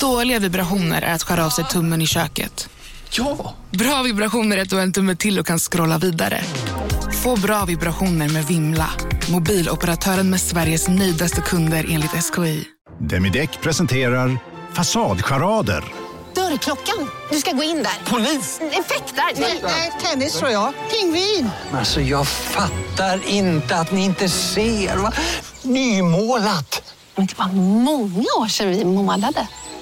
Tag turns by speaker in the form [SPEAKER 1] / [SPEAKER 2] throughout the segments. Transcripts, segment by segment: [SPEAKER 1] Dåliga vibrationer är att skära av sig tummen i köket.
[SPEAKER 2] Ja!
[SPEAKER 1] Bra vibrationer är att du har en tumme till och kan scrolla vidare. Få bra vibrationer med Vimla. Mobiloperatören med Sveriges nöjdaste kunder enligt SKI.
[SPEAKER 3] Demideck presenterar Fasadcharader.
[SPEAKER 4] Dörrklockan. Du ska gå in där. Polis? Effektar? Nej, tennis tror jag. Pingvin.
[SPEAKER 2] Alltså jag fattar inte att ni inte ser. Va? Nymålat!
[SPEAKER 5] Men
[SPEAKER 4] typ,
[SPEAKER 5] det var många år sedan vi målade.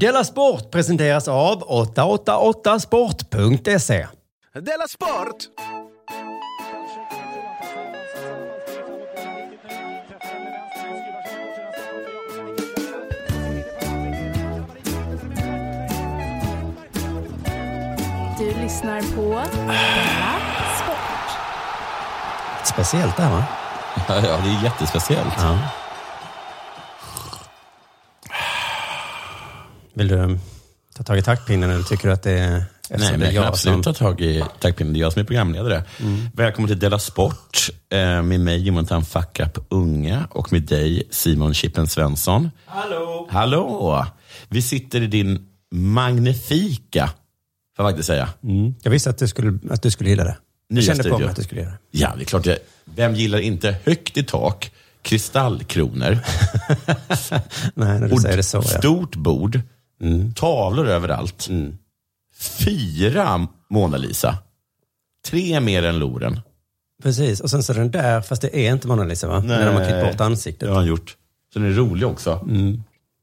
[SPEAKER 6] Della Sport presenteras av 888sport.se.
[SPEAKER 7] Della Sport!
[SPEAKER 8] Du lyssnar på Della Sport.
[SPEAKER 6] Speciellt det här va?
[SPEAKER 9] Ja, ja, det är jättespeciellt.
[SPEAKER 6] Ja. Vill du um, ta tag i taktpinnen eller tycker du att det är... eftersom
[SPEAKER 9] Nej, men
[SPEAKER 6] det är
[SPEAKER 9] jag kan
[SPEAKER 6] jag som- Mm.
[SPEAKER 9] absolut ta tag i taktpinnen. Det är jag som är programledare. Välkommen till Della Sport eh, med mig, Jonathan Fuck Up Unga och med dig, Simon Chippen Svensson. Hallå! Hallå! Vi sitter i din magnifika, får jag faktiskt säga,
[SPEAKER 6] Mm. Jag visste att du skulle, att du skulle gilla det.
[SPEAKER 9] Nya
[SPEAKER 6] jag kände på
[SPEAKER 9] studio.
[SPEAKER 6] mig att du skulle göra det.
[SPEAKER 9] Ja, det är klart. Jag, vem gillar inte högt i tak, kristallkronor,
[SPEAKER 6] Nej, när du
[SPEAKER 9] och
[SPEAKER 6] säger det så. Ja. Mm.
[SPEAKER 9] stort bord, tavlor överallt. Fyra Mona Lisa. Tre mer än Loren.
[SPEAKER 6] Precis, och sen så den där, fast det är inte Mona Lisa va? När de har klippt bort
[SPEAKER 9] Det
[SPEAKER 6] ansiktet.
[SPEAKER 9] har han gjort. Så den är rolig också.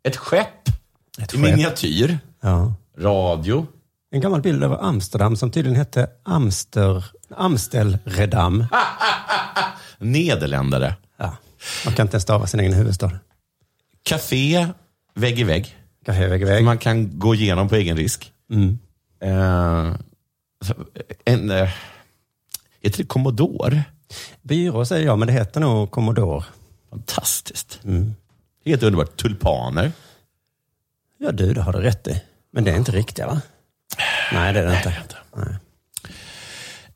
[SPEAKER 9] Ett skepp i
[SPEAKER 6] Mm. skepp.
[SPEAKER 9] miniatyr.
[SPEAKER 6] Ja.
[SPEAKER 9] Radio.
[SPEAKER 6] En gammal bild över Amsterdam som tydligen hette Amster, Amstelredam.
[SPEAKER 9] Nederländare.
[SPEAKER 6] Ja. Man kan inte ens stava sin egen huvudstad.
[SPEAKER 9] Café vägg i vägg.
[SPEAKER 6] Café väg i väg.
[SPEAKER 9] Man kan gå igenom på egen risk.
[SPEAKER 6] Mm.
[SPEAKER 9] Eh, så- en, eh, heter det Commodore?
[SPEAKER 6] Byrå säger jag, men det heter nog Commodore.
[SPEAKER 9] Fantastiskt.
[SPEAKER 6] Mm.
[SPEAKER 9] Helt underbart. Tulpaner.
[SPEAKER 6] Ja du, det har du rätt i. Men det är inte riktiga va? Nej, det är det inte. Nej.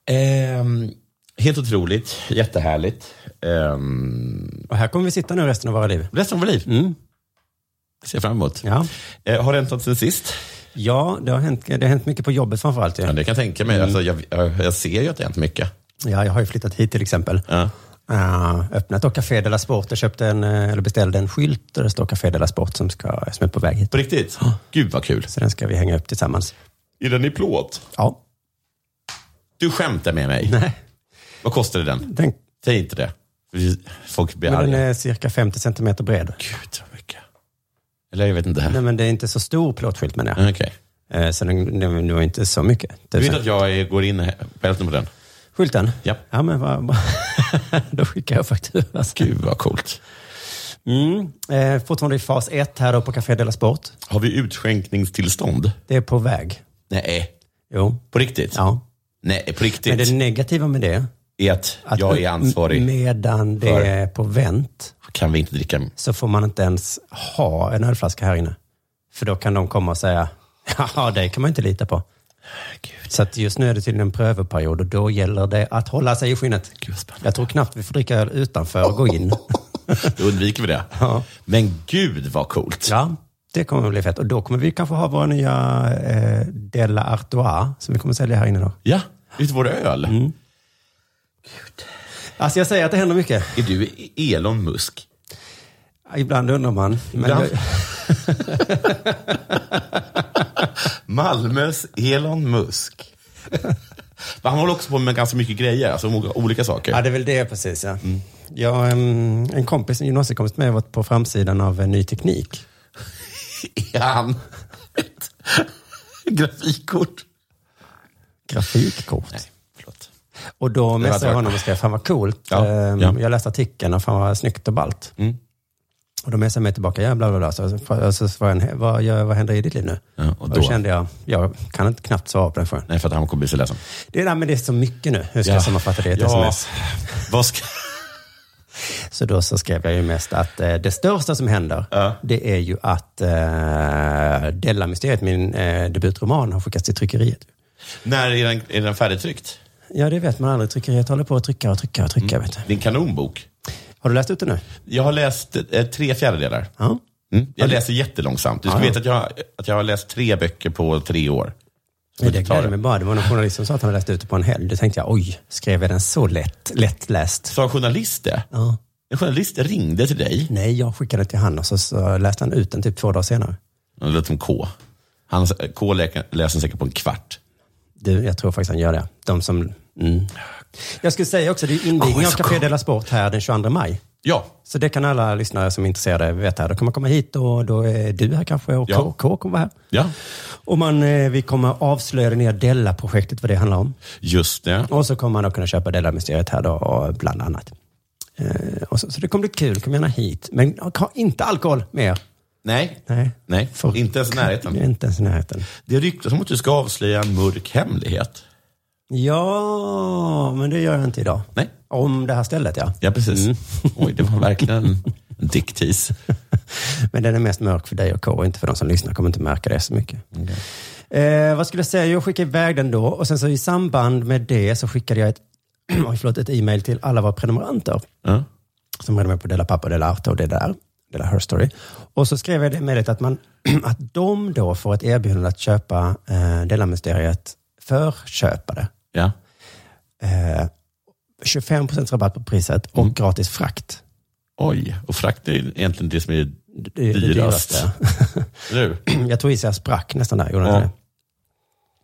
[SPEAKER 9] Ehm, helt otroligt. Jättehärligt. Ehm,
[SPEAKER 6] Och här kommer vi sitta nu resten av våra liv.
[SPEAKER 9] resten av vårt liv.
[SPEAKER 6] Mm.
[SPEAKER 9] Ser jag fram emot.
[SPEAKER 6] Ja.
[SPEAKER 9] Eh, har det hänt något sen sist?
[SPEAKER 6] Ja, det har, hänt, det har hänt mycket på jobbet framförallt.
[SPEAKER 9] Ja,
[SPEAKER 6] Ja.
[SPEAKER 9] det kan jag tänka mig. Alltså, jag, jag, jag ser ju att det har hänt mycket.
[SPEAKER 6] Ja, jag har ju flyttat hit till exempel.
[SPEAKER 9] Ja.
[SPEAKER 6] Eh, öppnat då Café de la Sport och köpte en, eh, eller beställde en skylt där det står Café de la Sport som, ska, som är på väg hit.
[SPEAKER 9] På riktigt? Gud vad kul.
[SPEAKER 6] Så den ska vi hänga upp tillsammans.
[SPEAKER 9] Är den i plåt?
[SPEAKER 6] Ja.
[SPEAKER 9] Du skämtar med mig.
[SPEAKER 6] Nej,
[SPEAKER 9] Vad kostade den?
[SPEAKER 6] den,
[SPEAKER 9] Säg inte det. Folk blir
[SPEAKER 6] men den
[SPEAKER 9] arga.
[SPEAKER 6] är cirka 50 centimeter bred.
[SPEAKER 9] Gud vad mycket. Eller jag vet inte.
[SPEAKER 6] Nej,
[SPEAKER 9] Mm,
[SPEAKER 6] men det är inte så stor plåtskylt menar jag.
[SPEAKER 9] Okej.
[SPEAKER 6] Eh, Så den, den, det var inte så mycket.
[SPEAKER 9] Mm. Du vet att jag är- går in på hälften på den?
[SPEAKER 6] Skylten?
[SPEAKER 9] Ja.
[SPEAKER 6] Ja, men vad... vad- då skickar jag faktura.
[SPEAKER 9] Gud vad coolt.
[SPEAKER 6] Mm. Eh, fortfarande i fas ett här då på Café de la Sport.
[SPEAKER 9] Har vi utskänkningstillstånd?
[SPEAKER 6] Det är på väg.
[SPEAKER 9] Nej.
[SPEAKER 6] Jo.
[SPEAKER 9] På riktigt?
[SPEAKER 6] Ja.
[SPEAKER 9] Nej, på riktigt
[SPEAKER 6] Men det negativa med det,
[SPEAKER 9] är att, jag är ansvarig.
[SPEAKER 6] m- medan det
[SPEAKER 9] för-
[SPEAKER 6] är på vänt,
[SPEAKER 9] Kan vi inte dricka?
[SPEAKER 6] så får man inte ens ha en ölflaska här inne. För då kan de komma och säga, ja, det kan man inte lita på. Så att just nu är det tydligen en prövoperiod och då gäller det att hålla sig i skinnet. Jag tror knappt vi får dricka öl utanför och gå in.
[SPEAKER 9] Då undviker vi det.
[SPEAKER 6] Ja.
[SPEAKER 9] Men gud vad coolt.
[SPEAKER 6] Ja, det kommer att bli fett. Och då kommer vi kanske ha våra nya eh, Della Artois som vi kommer att sälja här inne då.
[SPEAKER 9] Ja, ut vår öl.
[SPEAKER 6] Mm. Alltså jag säger att det händer mycket.
[SPEAKER 9] Är du Elon Musk?
[SPEAKER 6] Ibland undrar man. Men
[SPEAKER 9] Ibland.
[SPEAKER 6] jag,
[SPEAKER 9] Malmös Elon Musk. Men Han håller också på med ganska mycket grejer, alltså många olika saker.
[SPEAKER 6] ja, det är väl det precis ja. Jag, em, en kompis, en gymnasiekompis med mig var på framsidan av eh, Ny Teknik.
[SPEAKER 9] Är han ett grafikkort?
[SPEAKER 6] Grafikkort.
[SPEAKER 9] Förlåt.
[SPEAKER 6] Och då
[SPEAKER 9] Det var
[SPEAKER 6] messade jag
[SPEAKER 9] ett
[SPEAKER 6] Ehm, honom och skrev, fan vad coolt.
[SPEAKER 9] Ja, Mm.
[SPEAKER 6] Em,
[SPEAKER 9] ja.
[SPEAKER 6] Jag läste artikeln och fan vad snyggt och ballt. Och då messade jag mig tillbaka, ja bla bla bla. Så, så, så svarade han, vad, gör, vad händer i ditt liv nu?
[SPEAKER 9] Ja, och
[SPEAKER 6] och,
[SPEAKER 9] då?
[SPEAKER 6] då kände jag, jag kan inte knappt svara på den frågan.
[SPEAKER 9] Nej, för att han kommer bli så ledsen.
[SPEAKER 6] Det, är- nej, men det är så mycket nu, hur ska jag sammanfatta det i ett
[SPEAKER 9] ja.
[SPEAKER 6] sms?
[SPEAKER 9] Vad ska...
[SPEAKER 6] Så då så skrev jag ju mest att eh, det största som händer, det är ju att eh, Della Mysteriet, min eh, debutroman, har skickats till tryckeriet.
[SPEAKER 9] När är den, är den färdigtryckt?
[SPEAKER 6] Ja, det vet man aldrig. Tryckeriet håller på att trycka och trycka och trycka. Vet du.
[SPEAKER 9] Det är en kanonbok.
[SPEAKER 6] Har du läst ut det nu?
[SPEAKER 9] Jag har läst eh, tre fjärdedelar.
[SPEAKER 6] Ja.
[SPEAKER 9] Mm. Jag läser jättelångsamt. Du ska
[SPEAKER 6] Ja, ja.
[SPEAKER 9] veta att jag, att jag har läst tre böcker på tre år.
[SPEAKER 6] Nej, det
[SPEAKER 9] du tar
[SPEAKER 6] gläder
[SPEAKER 9] det.
[SPEAKER 6] mig bara. Det var någon journalist som sa att han hade läst ut det på en helg. Då tänkte jag, oj, skrev jag den så lätt, lättläst?
[SPEAKER 9] Sa en journalist det?
[SPEAKER 6] Ja.
[SPEAKER 9] En journalist ringde till dig.
[SPEAKER 6] Nej, jag skickade den till han och så, så läste han ut den typ två dagar senare.
[SPEAKER 9] Det lät som K. Han, K läker- läser säkert på en kvart.
[SPEAKER 6] Du, jag tror faktiskt han gör det. De som... Mm. Jag skulle säga också, det är ju
[SPEAKER 9] Oh,
[SPEAKER 6] invigning
[SPEAKER 9] jag
[SPEAKER 6] av
[SPEAKER 9] är så
[SPEAKER 6] Café
[SPEAKER 9] cool.
[SPEAKER 6] Della Sport här den 22 maj.
[SPEAKER 9] Ja,
[SPEAKER 6] Så det kan alla lyssnare som är intresserade veta. Då kan man komma hit och då är du här kanske och
[SPEAKER 9] Ja.
[SPEAKER 6] K, K kommer vara här.
[SPEAKER 9] ja.
[SPEAKER 6] Och man, eh, vi kommer avslöja det nya Della-projektet, vad det handlar om.
[SPEAKER 9] just det.
[SPEAKER 6] Och så kommer man då kunna köpa Della-mysteriet här då, och bland annat. Eh, och så, så det kommer bli kul, kom gärna hit. Men ha inte alkohol med er.
[SPEAKER 9] Nej,
[SPEAKER 6] Nej.
[SPEAKER 9] Nej.
[SPEAKER 6] Folk-
[SPEAKER 9] inte ens i närheten.
[SPEAKER 6] Inte ens i närheten.
[SPEAKER 9] Det ryktas om att du ska avslöja en mörk hemlighet.
[SPEAKER 6] Ja, men det gör jag inte idag.
[SPEAKER 9] Nej.
[SPEAKER 6] Om det här stället, ja.
[SPEAKER 9] Ja, precis.
[SPEAKER 6] Mm.
[SPEAKER 9] Oj, det var verkligen en dicktis.
[SPEAKER 6] Men den är mest mörk för dig och K, och inte för de som lyssnar. kommer inte märka det så mycket. Eh, vad skulle jag säga? Jag skickade iväg den då och sen så i samband med det så skickade jag ett, oj, förlåt, ett e-mail till alla våra prenumeranter
[SPEAKER 9] Ja.
[SPEAKER 6] som prenumererar på Della Pappa, Della Arte och det där. Della Her Story. Och så skrev jag det mejlet att, man, att de då får ett erbjudande att köpa eh, Della-mysteriet för köpare.
[SPEAKER 9] ja.
[SPEAKER 6] 25 procents rabatt på priset och
[SPEAKER 9] Mm.
[SPEAKER 6] gratis frakt.
[SPEAKER 9] Oj, och frakt är egentligen det som är
[SPEAKER 6] Det är det
[SPEAKER 9] Dyrast.
[SPEAKER 6] dyraste.
[SPEAKER 9] nu.
[SPEAKER 6] jag tror i sig jag sprack nästan där. Gjorde
[SPEAKER 9] Ja.
[SPEAKER 6] jag det?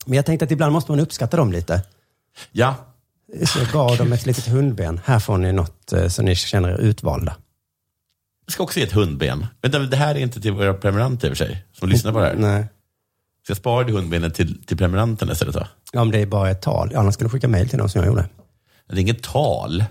[SPEAKER 6] Men jag tänkte att ibland måste man uppskatta dem lite.
[SPEAKER 9] Ja,
[SPEAKER 6] Så jag gav dem ett litet hundben. Här får ni något eh, så ni känner er utvalda.
[SPEAKER 9] jag ska också ge ett hundben. Vänta, men det här är inte till våra prenumeranter i och för sig, som lyssnar på det här.
[SPEAKER 6] Nej.
[SPEAKER 9] Ska jag spara det hundbenet till, till prenumeranterna istället då?
[SPEAKER 6] Ja, Om det är bara ett tal. Annars skulle du skicka mejl till dem som jag gjorde.
[SPEAKER 9] Det är inget tal.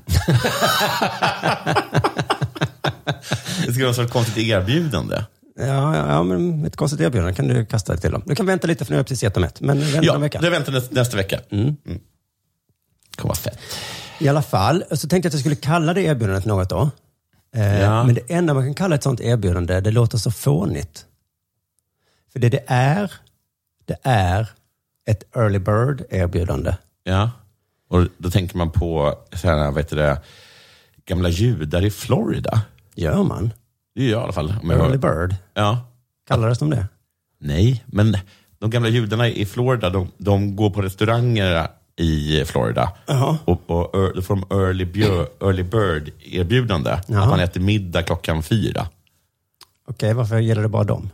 [SPEAKER 9] det ska vara något sorts konstigt erbjudande.
[SPEAKER 6] Ja, ja, ja, men ett konstigt erbjudande kan du kasta det till dem. Du kan vänta lite för nu har jag precis gett dem ett. Men vänta
[SPEAKER 9] Ja,
[SPEAKER 6] en vecka.
[SPEAKER 9] det väntar nästa, nästa vecka. Mm. kommer vara fett.
[SPEAKER 6] I alla fall, så tänkte jag att jag skulle kalla det erbjudandet något då. Eh,
[SPEAKER 9] Ja.
[SPEAKER 6] Men det enda man kan kalla ett sånt erbjudande, det låter så fånigt. För det det är, det är ett early bird erbjudande.
[SPEAKER 9] Ja. Och då tänker man på så här, vad heter det, gamla judar i Florida.
[SPEAKER 6] Gör man?
[SPEAKER 9] Det gör jag i alla fall. Om jag
[SPEAKER 6] Early
[SPEAKER 9] hör.
[SPEAKER 6] bird?
[SPEAKER 9] Ja.
[SPEAKER 6] Kallades de det?
[SPEAKER 9] Nej, men de gamla judarna i Florida, de, de går på restauranger i Florida. Och, och ör- då får de early, bjö, early bird erbjudande.
[SPEAKER 6] Ja.
[SPEAKER 9] Att man äter middag klockan fyra.
[SPEAKER 6] Okej, varför gäller det bara dem?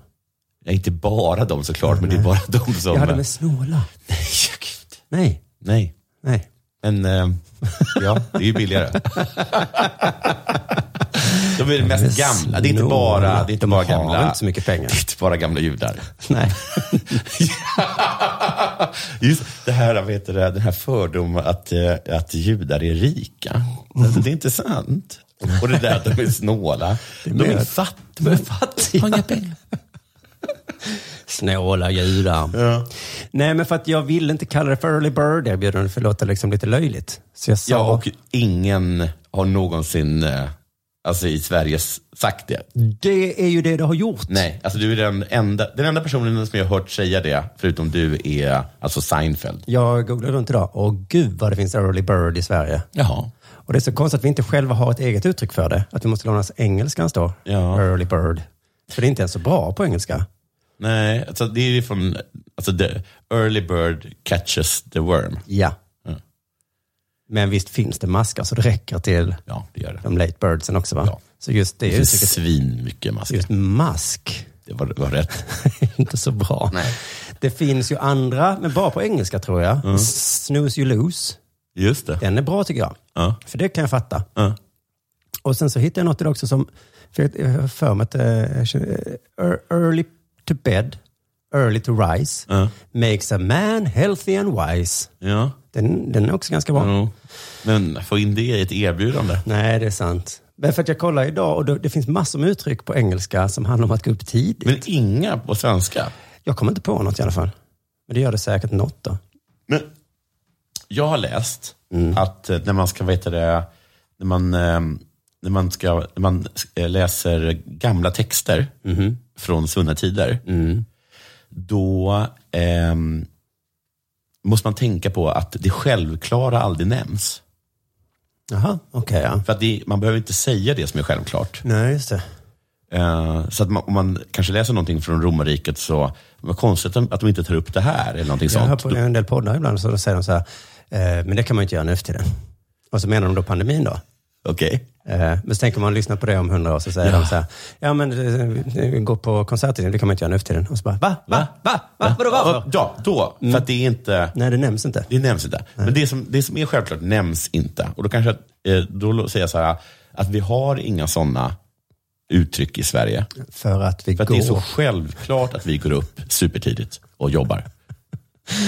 [SPEAKER 9] Ja, inte bara de såklart, men det är bara de som...
[SPEAKER 6] Jag hade med snåla.
[SPEAKER 9] Nej, gud.
[SPEAKER 6] Nej,
[SPEAKER 9] Nej.
[SPEAKER 6] nej.
[SPEAKER 9] Men eh, ja, det är ju billigare. De är det mest gamla. Det är inte bara, det är inte
[SPEAKER 6] de
[SPEAKER 9] bara
[SPEAKER 6] har
[SPEAKER 9] gamla.
[SPEAKER 6] inte så mycket pengar.
[SPEAKER 9] Det är inte bara gamla judar.
[SPEAKER 6] Nej.
[SPEAKER 9] Just det här, vad heter det, den här fördomen att, eh, att judar är rika. Alltså, det är inte sant. Och det där att de är snåla. De är
[SPEAKER 6] mer-
[SPEAKER 9] fatt- de är fattiga. Har inga pengar.
[SPEAKER 6] Snåla judar.
[SPEAKER 9] Ja.
[SPEAKER 6] Nej, men för att jag ville inte kalla det för early bird erbjudande för det låter liksom lite löjligt. Så jag sa...
[SPEAKER 9] Ja, och ingen har någonsin eh, alltså, i Sverige s- sagt det.
[SPEAKER 6] Det är ju det du har gjort.
[SPEAKER 9] Nej, alltså du är den enda, den enda personen som jag har hört säga det, förutom du, är alltså Seinfeld.
[SPEAKER 6] Jag googlade runt idag och gud vad det finns early bird i Sverige.
[SPEAKER 9] Jaha.
[SPEAKER 6] Och det är så konstigt att vi inte själva har ett eget uttryck för det. Att vi måste låna oss engelskans då.
[SPEAKER 9] Ja.
[SPEAKER 6] Early bird. För det är inte ens så bra på engelska.
[SPEAKER 9] Nej, alltså det är ju från, alltså the early bird catches the worm.
[SPEAKER 6] Ja.
[SPEAKER 9] Mm.
[SPEAKER 6] Men visst finns det maskar så det räcker till
[SPEAKER 9] Ja, det gör det.
[SPEAKER 6] de late birdsen också va?
[SPEAKER 9] Ja.
[SPEAKER 6] Så just det
[SPEAKER 9] Det är
[SPEAKER 6] uttrycket,
[SPEAKER 9] svin mycket masker.
[SPEAKER 6] just mask,
[SPEAKER 9] Det var, var rätt.
[SPEAKER 6] är inte så bra.
[SPEAKER 9] Nej.
[SPEAKER 6] Det finns ju andra, men bara på engelska tror jag. Snooze you lose.
[SPEAKER 9] Just det.
[SPEAKER 6] Den är bra tycker jag.
[SPEAKER 9] Ja.
[SPEAKER 6] För det kan jag fatta.
[SPEAKER 9] Ja.
[SPEAKER 6] Och sen så hittade jag något idag också som, för jag jag har för mig att eh, jag känner, eh, ear- early to bed, early to rise,
[SPEAKER 9] Ja.
[SPEAKER 6] makes a man healthy and wise.
[SPEAKER 9] Ja.
[SPEAKER 6] Den, den är också ganska bra.
[SPEAKER 9] Jo. Men få in det i ett erbjudande.
[SPEAKER 6] Nej, det är sant. Men för att jag kollar idag och då, det finns massor med uttryck på engelska som handlar om att gå upp tidigt.
[SPEAKER 9] Men inga på svenska.
[SPEAKER 6] Jag kommer inte på något i alla fall. Men det gör det säkert något då.
[SPEAKER 9] Men jag har läst att eh, när man ska, vad heter det, när man, eh, när man, ska, när man eh, läser gamla texter från svunna tider, då ehm, måste man tänka på att det självklara aldrig nämns.
[SPEAKER 6] Jaha, okej ja.
[SPEAKER 9] För att det, man behöver inte säga det som är självklart.
[SPEAKER 6] Nej, just det.
[SPEAKER 9] Eh, så att man, om man kanske läser någonting från romarriket så, vad konstigt att de inte tar upp det här eller någonting
[SPEAKER 6] Jag hör
[SPEAKER 9] sånt.
[SPEAKER 6] på en del poddar ibland så då säger de så här, eh, men det kan man ju inte göra nu för tiden. Och så menar de då pandemin då.
[SPEAKER 9] Okej.
[SPEAKER 6] Eh, men så tänker man lyssna på det om hundra år så säger de så här, ja men eh, gå på konserter, det kan man inte göra nu för tiden. Och så bara, va? Va? Va? va? Mm. Vadå varför?
[SPEAKER 9] Ja, då. För att det är inte...
[SPEAKER 6] Nej, det nämns inte.
[SPEAKER 9] Det nämns inte. Men det som, det som är självklart nämns inte. Och då kanske att, eh, då lå- säger jag så här, att vi har inga sådana uttryck i Sverige.
[SPEAKER 6] För att vi
[SPEAKER 9] För att det
[SPEAKER 6] går.
[SPEAKER 9] är så självklart att vi går upp supertidigt och jobbar.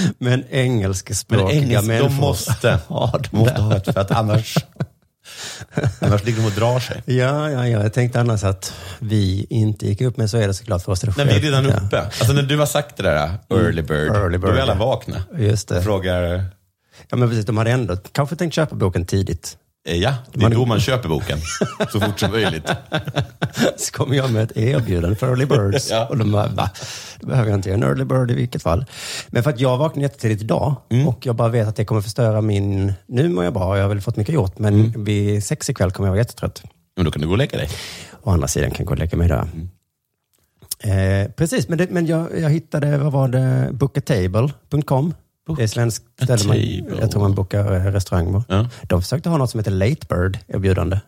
[SPEAKER 6] Men
[SPEAKER 9] Men
[SPEAKER 6] engelskspråkiga
[SPEAKER 9] engelsk, de
[SPEAKER 6] människor.
[SPEAKER 9] måste, ja, de måste ha ett, för att annars, annars ligger de och drar sig.
[SPEAKER 6] Ja, ja, ja, jag tänkte annars att vi inte gick upp, men så är det såklart för oss. Det
[SPEAKER 9] Nej, vi är redan
[SPEAKER 6] självklart,
[SPEAKER 9] uppe. Alltså när du har sagt det där, early bird,
[SPEAKER 6] Early
[SPEAKER 9] då är
[SPEAKER 6] bird,
[SPEAKER 9] alla
[SPEAKER 6] ja.
[SPEAKER 9] vakna.
[SPEAKER 6] Just det.
[SPEAKER 9] Frågar,
[SPEAKER 6] Ja, men precis. De hade ändå kanske tänkt köpa boken tidigt.
[SPEAKER 9] eh, ja, det är
[SPEAKER 6] Man-
[SPEAKER 9] då man köper boken. Så fort som möjligt.
[SPEAKER 6] Så kom jag med ett erbjudande för early birds.
[SPEAKER 9] Ja.
[SPEAKER 6] Och de bara, va? Då behöver jag inte göra en early bird i vilket fall. Men för att jag vaknade jättetidigt idag
[SPEAKER 9] Mm.
[SPEAKER 6] och jag bara vet att det kommer förstöra min... Nu mår jag bra, jag har väl fått mycket gjort, men
[SPEAKER 9] Mm.
[SPEAKER 6] vid sex ikväll kommer jag vara jättetrött.
[SPEAKER 9] Men då kan du gå och lägga dig.
[SPEAKER 6] Å andra sidan kan jag gå och lägga mig där.
[SPEAKER 9] Mm.
[SPEAKER 6] Eh, precis, men, det, men jag, jag hittade, vad var det, bookatable.com. Det är svenskt ställe man,
[SPEAKER 9] Bookatable.
[SPEAKER 6] jag tror man bokar eh, restaurang på.
[SPEAKER 9] Ja.
[SPEAKER 6] De försökte ha något som heter late bird erbjudande.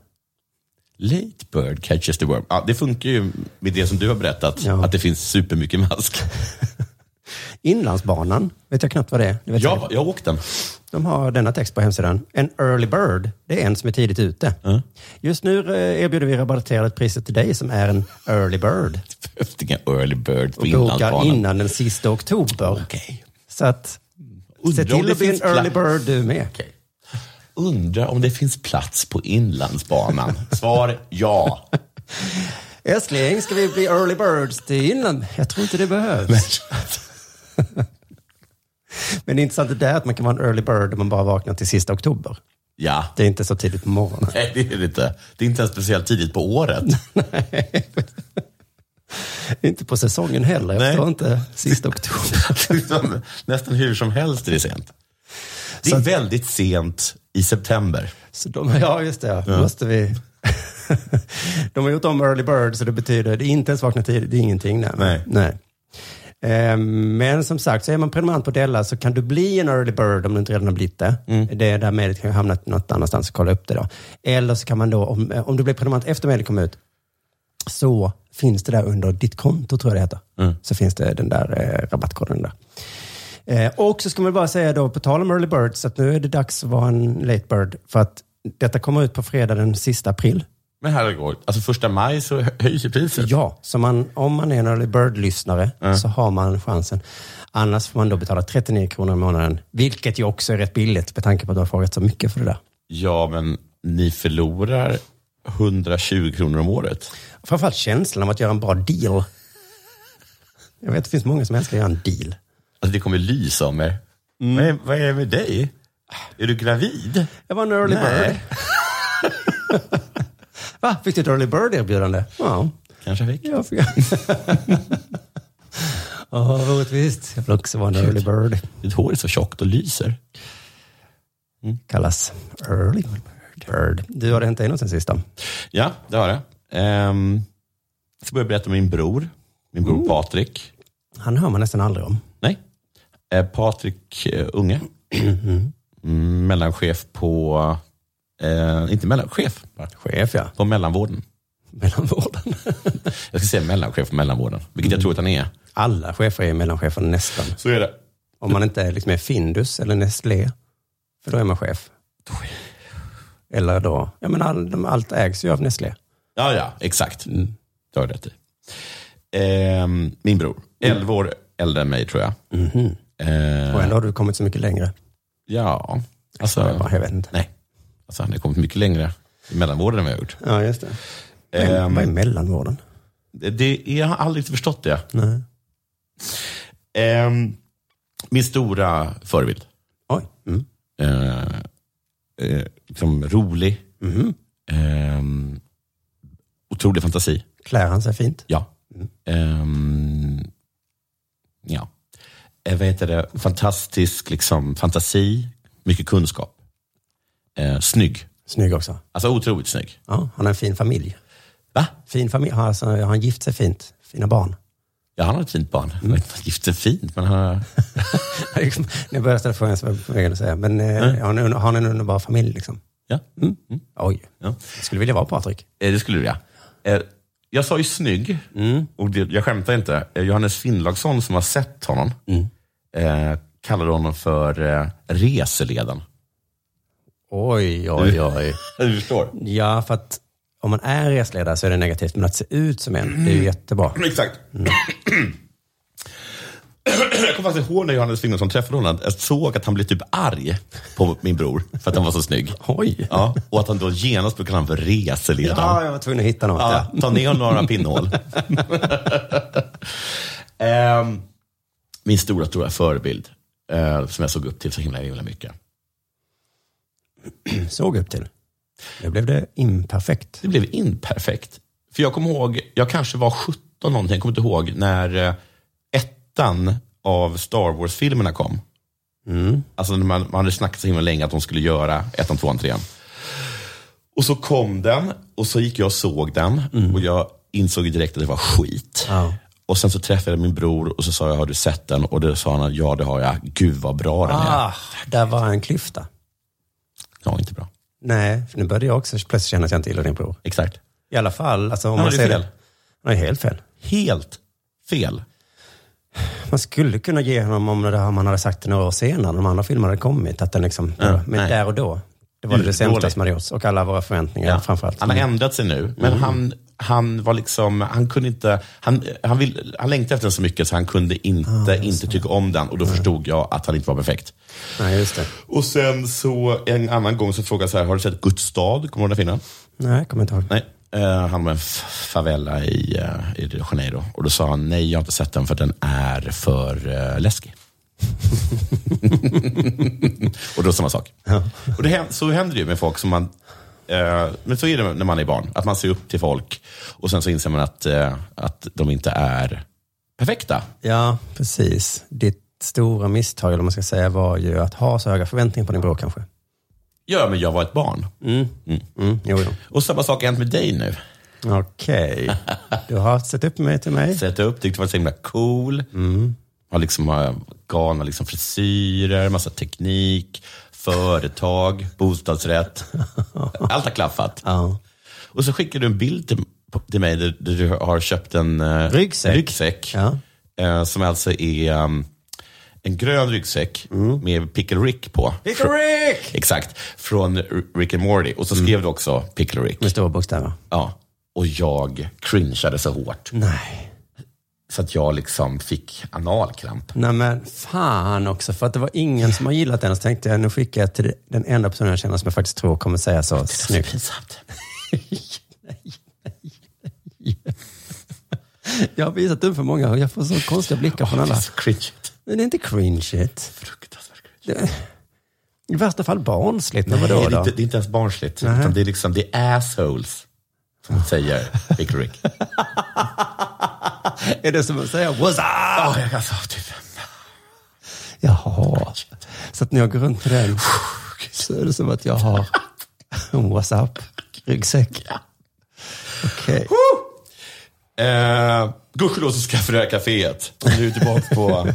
[SPEAKER 9] Late bird catches the worm. Ja, det funkar ju med det som du har berättat,
[SPEAKER 6] Ja.
[SPEAKER 9] att det finns supermycket mask.
[SPEAKER 6] Inlandsbanan, vet jag knappt vad det är. Det vet
[SPEAKER 9] Jag,
[SPEAKER 6] jag.
[SPEAKER 9] jag åkte den.
[SPEAKER 6] De har denna text på hemsidan. En early bird, det är en som är tidigt ute. Just nu eh, erbjuder vi rabatterat priset till dig som är en early bird.
[SPEAKER 9] Behövde inga early bird på
[SPEAKER 6] Och bokar
[SPEAKER 9] Inlandsbanan.
[SPEAKER 6] innan den sista oktober.
[SPEAKER 9] Okej.
[SPEAKER 6] Så att, se
[SPEAKER 9] Undrar om
[SPEAKER 6] till
[SPEAKER 9] det
[SPEAKER 6] att bli en
[SPEAKER 9] finns
[SPEAKER 6] early
[SPEAKER 9] plats.
[SPEAKER 6] bird du med.
[SPEAKER 9] Okej. Undrar om det finns plats på Inlandsbanan? Svar ja.
[SPEAKER 6] Älskling, ska vi bli early birds till innan? Jag tror inte det behövs. Men, det intressanta där är att man kan vara en early bird om man bara vaknar till sista oktober.
[SPEAKER 9] ja.
[SPEAKER 6] Det är inte så tidigt på morgonen.
[SPEAKER 9] Nej, det är det inte. Det är inte ens speciellt tidigt på året.
[SPEAKER 6] Inte på säsongen heller. Jag
[SPEAKER 9] Nej.
[SPEAKER 6] förstår inte sista oktober.
[SPEAKER 9] Liksom, Nästan hur som helst är det sent. Det
[SPEAKER 6] Så
[SPEAKER 9] är
[SPEAKER 6] att-
[SPEAKER 9] väldigt sent i september.
[SPEAKER 6] Så de, ja, just det. Ja. Måste vi... de har gjort om early bird, så det betyder det är inte ens vakna tidigt. Det är ingenting. Nej.
[SPEAKER 9] Nej.
[SPEAKER 6] Eh, Men som sagt, så är man prenumerant på Della så kan du bli en early bird om du inte redan har blivit det. Det är där mejlet kan hamna något annanstans, så kolla upp det då. Eller så kan man då, om, eh, om du blir prenumerant efter mejlet kom ut, så finns det där under ditt konto, tror jag det heter. Så finns det den där eh, rabattkoden där. Eh, och så ska man bara säga då, på tal om early birds, att nu är det dags att vara en late bird. För att detta kommer ut på fredag den sista april.
[SPEAKER 9] Men herregud, alltså första maj så hö- höjs ju priset.
[SPEAKER 6] Ja, så man, om man är en early bird-lyssnare så har man chansen. Annars får man då betala 39 kronor i månaden, vilket ju också är rätt billigt med tanke på att du har frågat så mycket för det där.
[SPEAKER 9] Ja, men ni förlorar 120 kronor om året.
[SPEAKER 6] Framförallt känslan av att göra en bra deal. Jag vet, det finns många som älskar att göra en deal.
[SPEAKER 9] Alltså, det kommer lysa om er.
[SPEAKER 6] Mm.
[SPEAKER 9] Vad, är, vad är det med dig? Är du gravid?
[SPEAKER 6] Jag var en early
[SPEAKER 9] Nej.
[SPEAKER 6] bird. Va, fick du ett early bird-erbjudande? Ja.
[SPEAKER 9] Kanske jag fick.
[SPEAKER 6] Ja, för... Åh, vad orättvist. Jag vill också vara en early bird.
[SPEAKER 9] Ditt hår är så tjockt och lyser.
[SPEAKER 6] Kallas early bird. Du, har det hänt dig något sen sista?
[SPEAKER 9] Ja, det har jag. Ehm, jag ska börja berätta om min bror. Min bror Patrik.
[SPEAKER 6] Han hör man nästan aldrig om.
[SPEAKER 9] Nej. Eh, Patrik eh, Unge. Mm, mellanchef på... Eh, inte mellanchef, bara
[SPEAKER 6] Chef, ja.
[SPEAKER 9] på mellanvården.
[SPEAKER 6] Mellanvården. Mm.
[SPEAKER 9] Jag ska säga mellanchef på mellanvården, vilket jag tror att han är.
[SPEAKER 6] Alla chefer är mellanchefer nästan.
[SPEAKER 9] Så är det.
[SPEAKER 6] Om man inte är liksom är Findus eller Nestlé, för då är man chef. Eller då, ja men all, de- allt ägs ju av Nestlé.
[SPEAKER 9] Ja, ja, exakt.
[SPEAKER 6] Mm.
[SPEAKER 9] Det har du rätt i. Ehm, min bror, 11 år äldre än mig tror jag. Ehm,
[SPEAKER 6] Mm. Mhm. Och ändå har du kommit så mycket längre.
[SPEAKER 9] ja,
[SPEAKER 6] Jag,
[SPEAKER 9] alltså,
[SPEAKER 6] bara, jag vet inte.
[SPEAKER 9] nej. Alltså, han har kommit mycket längre I mellanvården har jag gjort.
[SPEAKER 6] Ja, just det.
[SPEAKER 9] Ehm,
[SPEAKER 6] Vad är mellanvården?
[SPEAKER 9] det, jag har aldrig förstått det.
[SPEAKER 6] Nej.
[SPEAKER 9] Ehm, min stora förebild.
[SPEAKER 6] Oj. Mm.
[SPEAKER 9] Eh, eh, liksom rolig. Ehm, otrolig fantasi.
[SPEAKER 6] Klär han sig fint?
[SPEAKER 9] Ja. Ehm, ja. Eh, vad heter det? Fantastisk liksom, fantasi, mycket kunskap. Eh, snygg.
[SPEAKER 6] Snygg också.
[SPEAKER 9] Alltså otroligt snygg.
[SPEAKER 6] Ja, han har en fin familj.
[SPEAKER 9] Va?
[SPEAKER 6] Fin familj. Har, alltså, har han gift sig fint? Fina barn?
[SPEAKER 9] Ja, han har ett fint barn. Mm. Gift är fint, men han har...
[SPEAKER 6] nu börjar jag ställa frågan som jag var på väg att säga. Men eh, har, han, en- har han en underbar familj liksom?
[SPEAKER 9] Ja.
[SPEAKER 6] Oj.
[SPEAKER 9] Ja.
[SPEAKER 6] Jag skulle vilja vara Patrik.
[SPEAKER 9] Eh, Det skulle du ja. Eh, Jag sa ju snygg, och det, jag skämtar inte. Eh, Johannes Finnlaugsson som har sett honom, eh, kallade honom för eh, reseledaren.
[SPEAKER 6] Oj, oj, oj.
[SPEAKER 9] Du förstår?
[SPEAKER 6] ja, för att om man är resledare så är det negativt. Men att se ut som en, det är ju jättebra.
[SPEAKER 9] Mm, Exakt. Jag kommer faktiskt ihåg när Johannes Finnlaugsson träffade honom. Jag såg att han blev typ arg på min bror för att han var så snygg.
[SPEAKER 6] Oj.
[SPEAKER 9] Ja, och att han då genast blev kallad för reseledaren.
[SPEAKER 6] Ja, jag var tvungen att hitta något.
[SPEAKER 9] Ja,
[SPEAKER 6] Ja.
[SPEAKER 9] ta ner några pinnhål. Ehm, min stora, stora förebild eh, som jag såg upp till så himla, himla mycket.
[SPEAKER 6] Mm, Såg upp till. Nu blev det imperfekt.
[SPEAKER 9] Det blev imperfekt. För jag kommer ihåg, jag kanske var 17 någonting, jag kommer inte ihåg, när eh, ettan av Star Wars-filmerna kom.
[SPEAKER 6] Mm.
[SPEAKER 9] Alltså när man, man hade snackat så himla länge att de skulle göra ettan, tvåan, trean. Och så kom den och så gick jag och såg den och jag insåg ju direkt att det var skit.
[SPEAKER 6] Ja.
[SPEAKER 9] Och sen så träffade jag min bror och så sa jag, har du sett den? Och då sa han, ja det har jag. Gud vad bra den är.
[SPEAKER 6] Ah, där var en klyfta.
[SPEAKER 9] Ja, inte bra.
[SPEAKER 6] Nej, för nu började jag också plötsligt känna att jag inte gillar din bror.
[SPEAKER 9] Exakt.
[SPEAKER 6] I alla fall, alltså om
[SPEAKER 9] Han
[SPEAKER 6] man
[SPEAKER 9] hade
[SPEAKER 6] säger
[SPEAKER 9] fel.
[SPEAKER 6] det. Han är helt fel.
[SPEAKER 9] Helt fel.
[SPEAKER 6] Man skulle kunna ge honom om det här man hade sagt det några år senare, när de andra filmerna hade kommit. Att den liksom,
[SPEAKER 9] Ja,
[SPEAKER 6] men
[SPEAKER 9] nej.
[SPEAKER 6] där och då, det var det,
[SPEAKER 9] Dålig.
[SPEAKER 6] sämsta som hade gjorts. Och alla våra förväntningar
[SPEAKER 9] Ja. Mm.
[SPEAKER 6] framförallt. Mm.
[SPEAKER 9] Han har ändrat sig nu, men han, han var liksom, han kunde inte, han, han, vill, han längtade efter den så mycket så han kunde inte, inte tycka om den och då förstod jag att han inte var perfekt.
[SPEAKER 6] Nej, just det.
[SPEAKER 9] Mm. Och sen så en annan gång så frågade jag så här, har du sett Guds stad? Kommer du ihåg den filmen?
[SPEAKER 6] Nej, jag kommer inte ihåg.
[SPEAKER 9] Nej. Eh, han var en f- favela i, eh, i Rio de Janeiro. Och då sa han, nej jag har inte sett den för den är för eh, läskig. och då samma sak. Och det, hän- så händer det ju med folk som man... Eh, men så är det när man är barn, att man ser upp till folk och sen så inser man att, eh, att de inte är perfekta.
[SPEAKER 6] Ja, precis. Ditt stora misstag, eller vad man ska säga, var ju att ha så höga förväntningar på din bror kanske.
[SPEAKER 9] Ja, men jag var ett barn.
[SPEAKER 6] Mm, jo, jo.
[SPEAKER 9] Och samma sak har hänt med dig nu.
[SPEAKER 6] Okej. Du har sett upp mig till mig.
[SPEAKER 9] Sätta upp, tyckte det var så himla cool.
[SPEAKER 6] Mm.
[SPEAKER 9] Har liksom eh, galna liksom frisyrer, massa teknik, företag, bostadsrätt. Allt har klaffat.
[SPEAKER 6] Ja.
[SPEAKER 9] Och så skickar du en bild till, på- till mig där, där du har köpt en eh,
[SPEAKER 6] Ryggsäck.
[SPEAKER 9] ryggsäck,
[SPEAKER 6] Ja.
[SPEAKER 9] eh, som alltså är um, en grön ryggsäck med Pickle Rick på.
[SPEAKER 6] Mm. Pickle Rick! Mm.
[SPEAKER 9] Exakt, från R- Rick and Morty. Och så skrev du också Pickle Rick.
[SPEAKER 6] Med stora bokstäver.
[SPEAKER 9] Ja. Och jag cringeade så hårt.
[SPEAKER 6] Nej.
[SPEAKER 9] Så att jag liksom fick analkramp.
[SPEAKER 6] Nej men fan också, för att det var ingen som har gillat den. Så tänkte jag, nu skickar jag till den enda personen jag känner som jag faktiskt tror kommer säga så snyggt.
[SPEAKER 9] pinsamt.
[SPEAKER 6] Jag har visat upp för många och jag får så konstiga blickar från alla.
[SPEAKER 9] cringeigt.
[SPEAKER 6] Men det är inte cringe shit.
[SPEAKER 9] Fruktansvärt cringe.
[SPEAKER 6] Det, I värsta fall barnsligt. Men vadå
[SPEAKER 9] Nej, det, är
[SPEAKER 6] då?
[SPEAKER 9] inte, det är inte ens barnsligt. Utan det är liksom, det är assholes. Som man säger Big Rick.
[SPEAKER 6] Är det som att säga what's up?
[SPEAKER 9] Ja, jag- alltså, typ.
[SPEAKER 6] Jaha. Så att när jag går runt med den så är det som att jag har en what's up ryggsäck. Okej.
[SPEAKER 9] Eh, Gudskelov så skaffade jag det här kaféet. Nu är vi tillbaka på...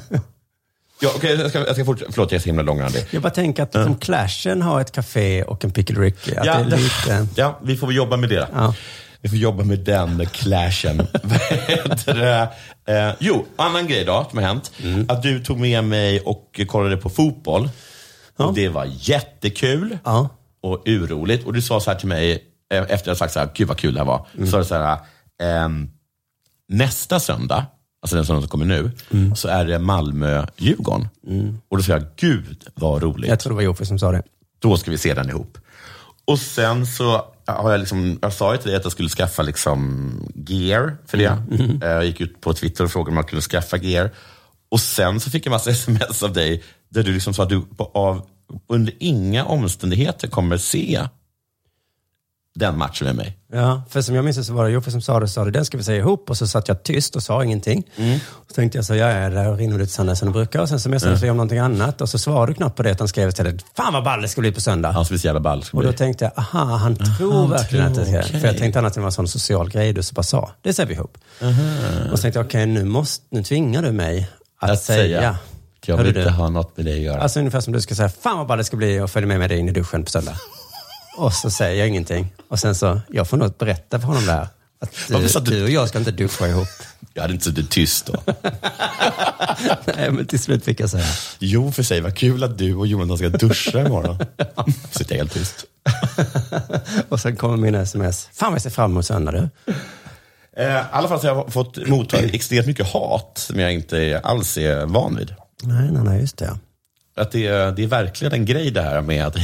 [SPEAKER 9] Ja, okej, jag ska, jag ska fortsätta. Förlåt, jag är så himla långrandig.
[SPEAKER 6] Jag bara tänker att om Clashen har ett café och en Pickle Rick, att det är lite...
[SPEAKER 9] ja, vi får väl jobba med det.
[SPEAKER 6] Ja.
[SPEAKER 9] Vi får jobba med den clashen. Vad heter det? eh, jo, annan grej då som har hänt.
[SPEAKER 6] Mm.
[SPEAKER 9] Att du tog med mig och kollade på fotboll. Och det var jättekul
[SPEAKER 6] Ja.
[SPEAKER 9] och uroligt. Och du sa så här till mig, eh, efter jag sagt så här, gud vad kul det här var.
[SPEAKER 6] Mm.
[SPEAKER 9] Så sa du så här, ehm, nästa söndag, alltså den söndag som kommer nu,
[SPEAKER 6] Mm.
[SPEAKER 9] så är det Malmö-Djurgården. Och då sa jag, gud vad roligt
[SPEAKER 6] Jag tror det var Jofi som sa det.
[SPEAKER 9] då ska vi se den ihop. Och sen så har jag, liksom, jag sa ju till dig att jag skulle skaffa liksom gear för det.
[SPEAKER 6] Mm.
[SPEAKER 9] Eh, Jag gick ut på Twitter och frågade om man kunde skaffa gear. Och sen så fick jag massa sms av dig där du liksom sa att du på, av, under inga omständigheter kommer se den matchen med mig.
[SPEAKER 6] Ja, för som jag minns det så var det Joffe som sa det, sa det, den ska vi säga ihop. Och så satt jag tyst och sa ingenting.
[SPEAKER 9] Mm.
[SPEAKER 6] Och så tänkte jag så, ja, ja, det här rinner väl ut sannare än det brukar. Och sen så
[SPEAKER 9] Mm.
[SPEAKER 6] messade jag om någonting annat. Och så svarade du knappt på det, utan skrev istället, fan vad ball det ska bli på söndag.
[SPEAKER 9] Han som är så jävla ball. ska
[SPEAKER 6] Och
[SPEAKER 9] bli.
[SPEAKER 6] då tänkte jag, aha, han tror verkligen
[SPEAKER 9] tror,
[SPEAKER 6] att det ska...
[SPEAKER 9] okej.
[SPEAKER 6] För jag tänkte annars att det var en sån social grej du så bara sa. Det ser vi ihop. Och så tänkte jag, okej, nu, måste, nu tvingar du mig att,
[SPEAKER 9] Att säga.
[SPEAKER 6] säga.
[SPEAKER 9] Jag
[SPEAKER 6] Hör
[SPEAKER 9] vill
[SPEAKER 6] du?
[SPEAKER 9] inte ha något med dig att göra.
[SPEAKER 6] Alltså ungefär som du ska säga, fan vad ball det ska bli och följa med mig in i duschen på söndag. och så säger jag ingenting. Och sen så, jag får nog berätta för honom det här. Att
[SPEAKER 9] Varför sa
[SPEAKER 6] du,
[SPEAKER 9] du-
[SPEAKER 6] du och jag ska inte duscha ihop.
[SPEAKER 9] jag hade inte suttit tyst då.
[SPEAKER 6] Nej, men till slut fick jag säga.
[SPEAKER 9] jo, för sig, vad kul att du och Jonathan ska duscha imorgon. Sitter helt tyst.
[SPEAKER 6] Och sen kommer min sms. Fan vad jag ser fram emot söndag du.
[SPEAKER 9] Eh, I alla fall så har jag fått motta extremt mycket hat som jag inte alls är van vid.
[SPEAKER 6] Nej, nej, nej, just det. ja.
[SPEAKER 9] Att det, är- det är verkligen en grej det här med att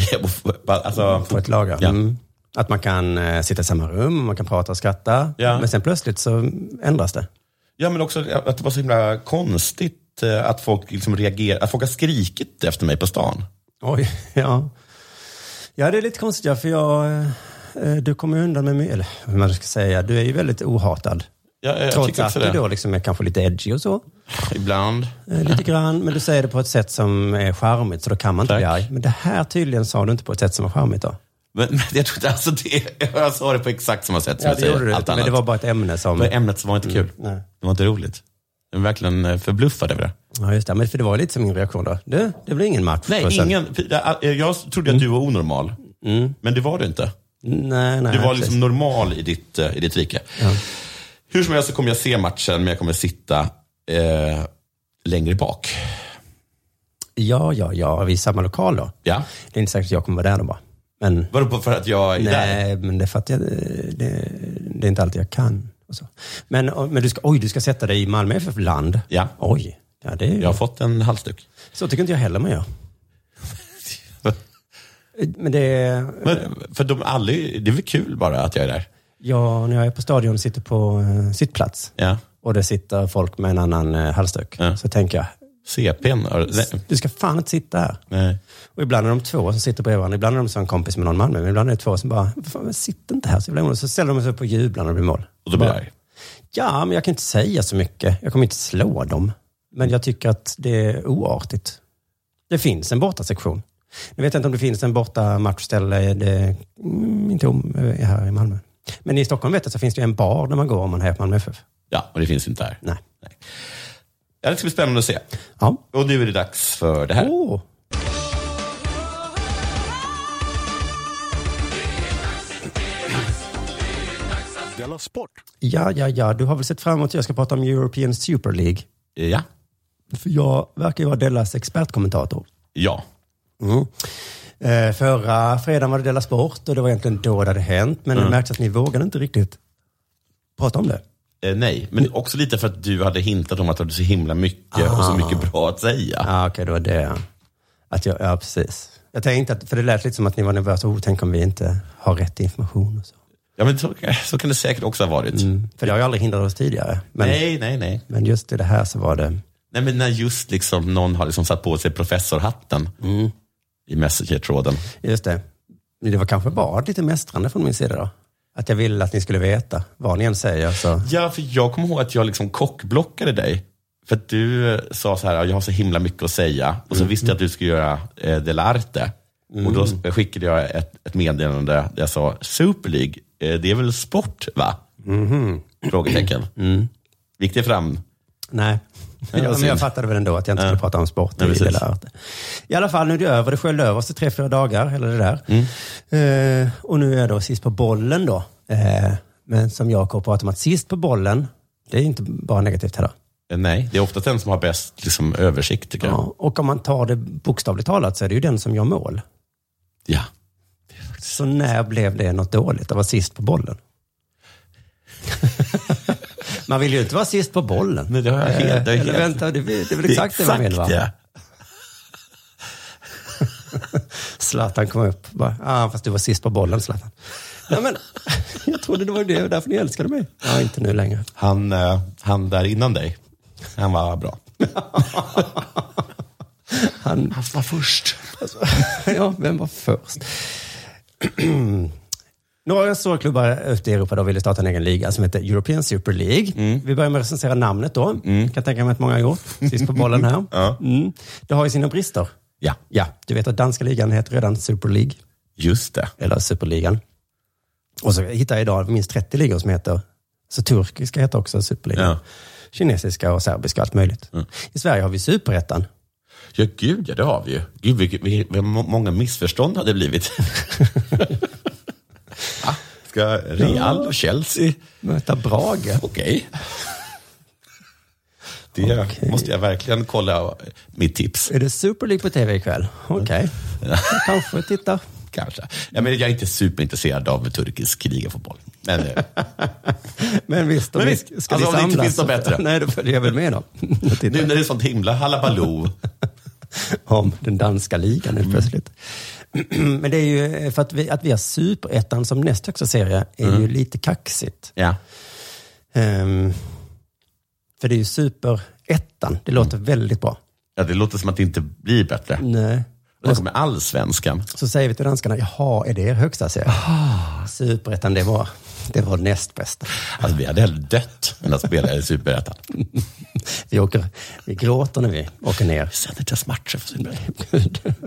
[SPEAKER 9] alltså,
[SPEAKER 6] på ett lager.
[SPEAKER 9] Ja.
[SPEAKER 6] Mm. Att man kan eh, sitta i samma rum, man kan prata och skratta.
[SPEAKER 9] Ja.
[SPEAKER 6] Men sen plötsligt så ändras det.
[SPEAKER 9] Ja, men också att det var så himla konstigt eh, att folk liksom reagerar, att folk har skrikit efter mig på stan.
[SPEAKER 6] Oj, ja. Ja, det är lite konstigt, ja, för jag... eh, Du kommer ju undan med mig, eller hur man ska säga, du är ju väldigt ohatad.
[SPEAKER 9] Jag, jag
[SPEAKER 6] Trots
[SPEAKER 9] tycker
[SPEAKER 6] att
[SPEAKER 9] också
[SPEAKER 6] du
[SPEAKER 9] det.
[SPEAKER 6] då liksom är kanske lite edgy och så.
[SPEAKER 9] Ibland.
[SPEAKER 6] eh, Lite grann, men du säger det på ett sätt som är charmigt, så då kan man inte
[SPEAKER 9] Tack.
[SPEAKER 6] bli arg. Men det här tydligen sa du inte på ett sätt som var charmigt då.
[SPEAKER 9] Men, men jag tror inte, alltså det, jag sa det på exakt samma sätt som jag
[SPEAKER 6] det
[SPEAKER 9] säger
[SPEAKER 6] gjorde du,
[SPEAKER 9] allt
[SPEAKER 6] men
[SPEAKER 9] annat.
[SPEAKER 6] det var bara ett ämne som...
[SPEAKER 9] Men ämnet var inte kul.
[SPEAKER 6] nej.
[SPEAKER 9] Det var inte roligt. Jag är verkligen eh, förbluffad över det.
[SPEAKER 6] Ja, just det. Men för det var lite som min reaktion då. Du, det blir ingen match. på
[SPEAKER 9] Nej,
[SPEAKER 6] söndag.
[SPEAKER 9] ingen, äh, jag trodde
[SPEAKER 6] Mm.
[SPEAKER 9] att du var onormal, men det var du inte.
[SPEAKER 6] Nej, Mm. nej.
[SPEAKER 9] Du var
[SPEAKER 6] precis.
[SPEAKER 9] liksom normal i ditt, eh, i ditt rike. Hur som helst så kommer jag se matchen, men jag kommer sitta eh, längre bak.
[SPEAKER 6] Ja, ja, ja, vi är i samma lokal då.
[SPEAKER 9] Ja.
[SPEAKER 6] Det är inte säkert att jag kommer vara där då bara. Men
[SPEAKER 9] Vadå, på- för att jag är där?
[SPEAKER 6] nej, men det är för att jag, det, det är inte alltid jag kan. Och så. Men, och- men du ska, oj, du ska sätta dig i Malmö för land?
[SPEAKER 9] Ja.
[SPEAKER 6] Oj, ja, det är,
[SPEAKER 9] Jag har fått en halsduk.
[SPEAKER 6] så tycker inte jag heller man gör. Men det är,
[SPEAKER 9] Men, för de alla, är- det är väl kul bara att jag är där?
[SPEAKER 6] jag, när jag är på stadion och sitter på eh, sittplats
[SPEAKER 9] Ja.
[SPEAKER 6] och det sitter folk med en annan eh, halsduk,
[SPEAKER 9] Ja.
[SPEAKER 6] så tänker jag,
[SPEAKER 9] CPn? har- Nej.
[SPEAKER 6] du ska fan inte sitta här.
[SPEAKER 9] Nej.
[SPEAKER 6] Och ibland är de två som sitter bredvid varandra. Ibland är de som en kompis med någon Malmö. Men ibland är det två som bara, fan, men sitt inte här så jävla onödigt. Så ställer de sig upp och jublar när det blir mål.
[SPEAKER 9] Och då blir jag
[SPEAKER 6] Bara,
[SPEAKER 9] arg.
[SPEAKER 6] Ja, men jag kan inte säga så mycket. Jag kommer inte slå dem. Men jag tycker att det är oartigt. Det finns en bortasektion. Nu vet jag inte om det finns en borta matchställe. Det, mm, inte om, eh, här i Malmö. Men i Stockholm vet jag så finns det ju en bar där man går om man hejar på Malmö FF.
[SPEAKER 9] Ja, och det finns inte här.
[SPEAKER 6] Nej.
[SPEAKER 9] Ja, det ska bli spännande att se.
[SPEAKER 6] Ja.
[SPEAKER 9] Och nu är det dags för det här.
[SPEAKER 6] Åh! Ja, ja, ja. Du har väl sett fram emot att jag ska prata om European Super League?
[SPEAKER 9] Ja.
[SPEAKER 6] För jag verkar ju vara Dellas expertkommentator.
[SPEAKER 9] Ja.
[SPEAKER 6] Mm. Eh, förra fredagen var det Della Sport och det var egentligen då det hade hänt. Men det märks att ni vågade inte riktigt prata om det.
[SPEAKER 9] Eh, nej, men också lite för att du hade hintat om att du hade så himla mycket och så mycket bra att säga.
[SPEAKER 6] Ja, ah, okej, det var det. ja. Att jag, ja, precis. Jag tänkte att, för det lät lite som att ni var nervösa. Oh, tänk om vi inte har rätt information och så.
[SPEAKER 9] Ja, men så, så kan det säkert också ha varit.
[SPEAKER 6] För det har ju aldrig hindrat oss tidigare. Mm, Men,
[SPEAKER 9] Nej, nej, nej.
[SPEAKER 6] men just i det här så var det...
[SPEAKER 9] Nej, men när just liksom någon har liksom satt på sig professorhatten i messengertråden.
[SPEAKER 6] Just det. Det var kanske bara lite mästrande från min sida då. Att jag ville att ni skulle veta vad ni än säger. Så.
[SPEAKER 9] Ja, för jag kommer ihåg att jag liksom kockblockade dig. För att du eh, sa så här, jag har så himla mycket att säga. Och
[SPEAKER 6] Mm.
[SPEAKER 9] så visste jag att du skulle göra eh, Delarte. Och då
[SPEAKER 6] Mm.
[SPEAKER 9] s- skickade jag ett, ett meddelande där jag sa, Super League, eh, det är väl sport va?
[SPEAKER 6] Mm-hmm.
[SPEAKER 9] Frågetecken.
[SPEAKER 6] Mm.
[SPEAKER 9] Gick det fram?
[SPEAKER 6] Nej. Ja, men jag
[SPEAKER 9] synd.
[SPEAKER 6] fattade väl ändå att jag inte skulle prata om sport.
[SPEAKER 9] Nej,
[SPEAKER 6] i,
[SPEAKER 9] precis.
[SPEAKER 6] hela art. I alla fall, nu är det över. Det sköljde över sig tre, fyra dagar, hela det där.
[SPEAKER 9] Mm.
[SPEAKER 6] Eh, och nu är jag då sist på bollen då. Eh, men som jag har pratat om, att sist på bollen, det är inte bara negativt heller.
[SPEAKER 9] Eh, Nej, det är oftast den som har bäst liksom, översikt tycker jag.
[SPEAKER 6] Ja. Och om man tar det bokstavligt talat så är det ju den som gör mål.
[SPEAKER 9] Ja.
[SPEAKER 6] Så när blev det något dåligt att vara sist på bollen? man vill ju inte vara sist på bollen. Eh,
[SPEAKER 9] Nej, det har jag helt- Eh, det har jag
[SPEAKER 6] Eller
[SPEAKER 9] helt-
[SPEAKER 6] vänta, det, det är väl exakt det, man vill va?
[SPEAKER 9] ja.
[SPEAKER 6] Zlatan kom upp. Bara, ah, fast du var sist på bollen Zlatan. Ja, men, jag trodde det var det, därför ni älskade mig. Ja, inte nu längre.
[SPEAKER 9] Han, eh, han där innan dig, han var bra.
[SPEAKER 6] Han,
[SPEAKER 9] Han var först.
[SPEAKER 6] ja, vem var först? Några stora klubbar ute i Europa då ville starta en egen liga som heter European Super League. Vi börjar med att recensera namnet då. Kan tänka mig att många har gjort. Sist på bollen här.
[SPEAKER 9] Ja.
[SPEAKER 6] Mm. Det har ju sina brister.
[SPEAKER 9] Ja,
[SPEAKER 6] Ja, du vet att danska ligan heter redan Super League,
[SPEAKER 9] just det.
[SPEAKER 6] eller Superligan. Och så hittar jag idag minst 30 ligor som heter, så turkiska heter också Superliga.
[SPEAKER 9] Ja.
[SPEAKER 6] Kinesiska och serbiska och allt möjligt. I Sverige har vi Superettan.
[SPEAKER 9] Ja, gud ja, det har vi ju. Gud, vilket, vilket, vad må- många missförstånd hade det blivit. Ja, Ska Real och Chelsea?
[SPEAKER 6] Möta Brage.
[SPEAKER 9] Okej. Det
[SPEAKER 6] Okej.
[SPEAKER 9] måste jag verkligen kolla mitt tips.
[SPEAKER 6] Är det Super League på tv ikväll? Okej. Jag Kanske tittar.
[SPEAKER 9] Kanske. Ja, men jag är inte superintresserad av turkisk ligafotboll. Men, eh,
[SPEAKER 6] Men visst, om
[SPEAKER 9] Men
[SPEAKER 6] vi
[SPEAKER 9] visst,
[SPEAKER 6] ska vi
[SPEAKER 9] alltså om det inte
[SPEAKER 6] samlas-
[SPEAKER 9] finns något bättre.
[SPEAKER 6] Nej, då följer jag väl med då. Jag tittar.
[SPEAKER 9] nu när det är sånt himla halabaloo.
[SPEAKER 6] om den danska ligan helt
[SPEAKER 9] Mm.
[SPEAKER 6] plötsligt. Men det är ju eh, för att vi, att vi har superettan som näst högsta serie är
[SPEAKER 9] Mm.
[SPEAKER 6] ju lite kaxigt.
[SPEAKER 9] Ja.
[SPEAKER 6] Ehm, för det är ju superettan, det låter
[SPEAKER 9] Mm.
[SPEAKER 6] väldigt bra.
[SPEAKER 9] ja, det låter som att det inte blir bättre.
[SPEAKER 6] Nej.
[SPEAKER 9] Och Sen kommer allsvenskan.
[SPEAKER 6] Så säger vi till danskarna, jaha, är det er högsta serie? Superettan, det var, det var näst bästa.
[SPEAKER 9] Alltså, vi hade hellre dött än att spela i superettan.
[SPEAKER 6] Vi, åker, vi gråter när vi åker ner.
[SPEAKER 9] Vi sänder inte ens matcher för superettan.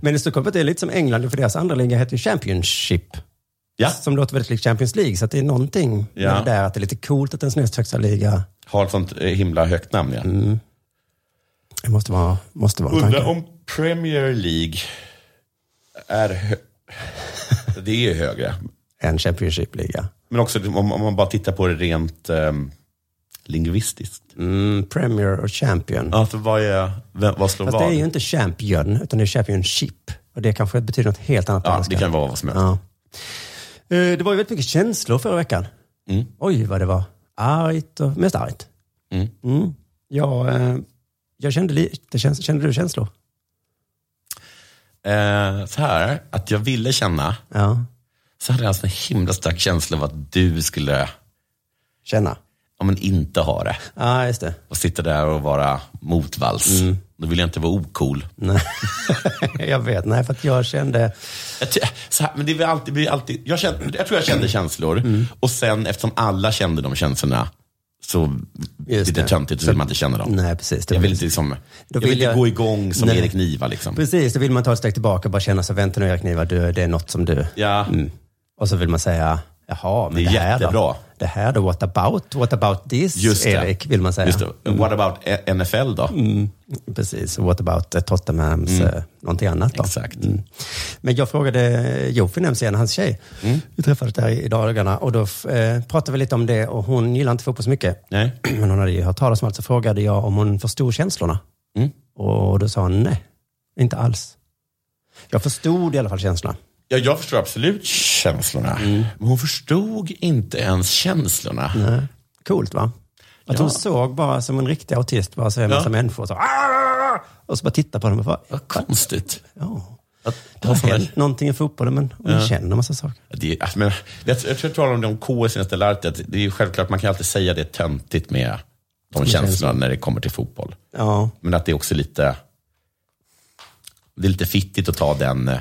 [SPEAKER 6] Men i Stockholm det är lite som England, för deras andra liga heter ju Championship.
[SPEAKER 9] Ja.
[SPEAKER 6] Som låter väldigt likt Champions League, så att det är någonting
[SPEAKER 9] Ja.
[SPEAKER 6] med det där att det är lite coolt att ens näst högsta liga
[SPEAKER 9] Har ett sånt eh, himla högt namn, ja.
[SPEAKER 6] det måste vara, måste vara en tanke.
[SPEAKER 9] Undrar om Premier League är... Hö- det är ju högre.
[SPEAKER 6] En Championship-liga.
[SPEAKER 9] Men också om, om man bara tittar på det rent ehm, lingvistiskt.
[SPEAKER 6] Mm, Premier och Champion.
[SPEAKER 9] Ja, för vad, är, vem, vad slår
[SPEAKER 6] Fast det är
[SPEAKER 9] vad?
[SPEAKER 6] ju inte Champion, utan det är Championship. Och det kanske betyder något helt annat på
[SPEAKER 9] Ja,
[SPEAKER 6] danska.
[SPEAKER 9] det kan vara vad som helst.
[SPEAKER 6] Ja. Eh, Det var ju väldigt mycket känslor förra veckan.
[SPEAKER 9] Mm.
[SPEAKER 6] Oj, vad det var argt och mest argt.
[SPEAKER 9] Mm.
[SPEAKER 6] Mm. Ja, eh, jag kände lite, käns- kände du känslor?
[SPEAKER 9] Eh, så här, att jag ville känna,
[SPEAKER 6] Ja,
[SPEAKER 9] så hade jag en sån himla stark känsla av att du skulle,
[SPEAKER 6] känna.
[SPEAKER 9] ja men inte ha det.
[SPEAKER 6] Ja, just det.
[SPEAKER 9] Och sitta där och vara motvalls. Då vill jag inte vara ocool.
[SPEAKER 6] Nej. jag vet, nej för att jag kände,
[SPEAKER 9] Jag, ty- så här, men det blir alltid, blir alltid, jag, kände, jag tror jag kände känslor.
[SPEAKER 6] Mm.
[SPEAKER 9] Och sen eftersom alla kände de känslorna så
[SPEAKER 6] Just
[SPEAKER 9] blir det
[SPEAKER 6] det.
[SPEAKER 9] töntigt så vill man inte känna dem.
[SPEAKER 6] nej precis. det
[SPEAKER 9] Jag
[SPEAKER 6] var-
[SPEAKER 9] vill inte, liksom, jag vill
[SPEAKER 6] vill
[SPEAKER 9] inte
[SPEAKER 6] jag-
[SPEAKER 9] gå igång som
[SPEAKER 6] Nej.
[SPEAKER 9] Erik Niva. Liksom.
[SPEAKER 6] Precis, då vill man ta ett steg tillbaka och bara känna så vänta nu Erik Niva, du, det är något som du...
[SPEAKER 9] Ja.
[SPEAKER 6] Mm. Och så vill man säga, jaha, men
[SPEAKER 9] Det
[SPEAKER 6] det,
[SPEAKER 9] är
[SPEAKER 6] här
[SPEAKER 9] jättebra.
[SPEAKER 6] då? Det här då, what about, what about this
[SPEAKER 9] Just det.
[SPEAKER 6] Erik, vill man säga. Mm.
[SPEAKER 9] Just det. What about E- NFL då?
[SPEAKER 6] Precis, what about eh, Tottenhams, mm. någonting annat då.
[SPEAKER 9] Exakt.
[SPEAKER 6] Mm. Men jag frågade Jofi Nems igen, hans tjej.
[SPEAKER 9] Mm.
[SPEAKER 6] Vi träffades där i dagarna och då eh, pratade vi lite om det och hon gillar inte fotboll så mycket.
[SPEAKER 9] Nej.
[SPEAKER 6] Men hon hade ju hört talas om allt så frågade jag om hon förstod känslorna.
[SPEAKER 9] Mm.
[SPEAKER 6] Och då sa hon nej, inte alls. Jag förstod i alla fall känslorna.
[SPEAKER 9] Ja, jag förstår absolut känslorna. Men hon förstod inte ens känslorna.
[SPEAKER 6] Mm. Nej. Coolt va? Att
[SPEAKER 9] Mm. Ja.
[SPEAKER 6] hon såg bara som en riktig autist, bara så en
[SPEAKER 9] Ja.
[SPEAKER 6] massa människor och så, "Ah!" och så bara titta på dem och bara,
[SPEAKER 9] Vad konstigt.
[SPEAKER 6] ja.
[SPEAKER 9] Att,
[SPEAKER 6] Det har hänt någonting i fotbollen, men hon känner en massa saker.
[SPEAKER 9] Det är, alltså, men, jag, jag tror jag talar om det om K i senaste lartet. Det är ju självklart, man kan alltid säga det är töntigt med de känslorna när det kommer till fotboll.
[SPEAKER 6] Ja,
[SPEAKER 9] Men att det är också lite... Det är lite fittigt att ta den... eh,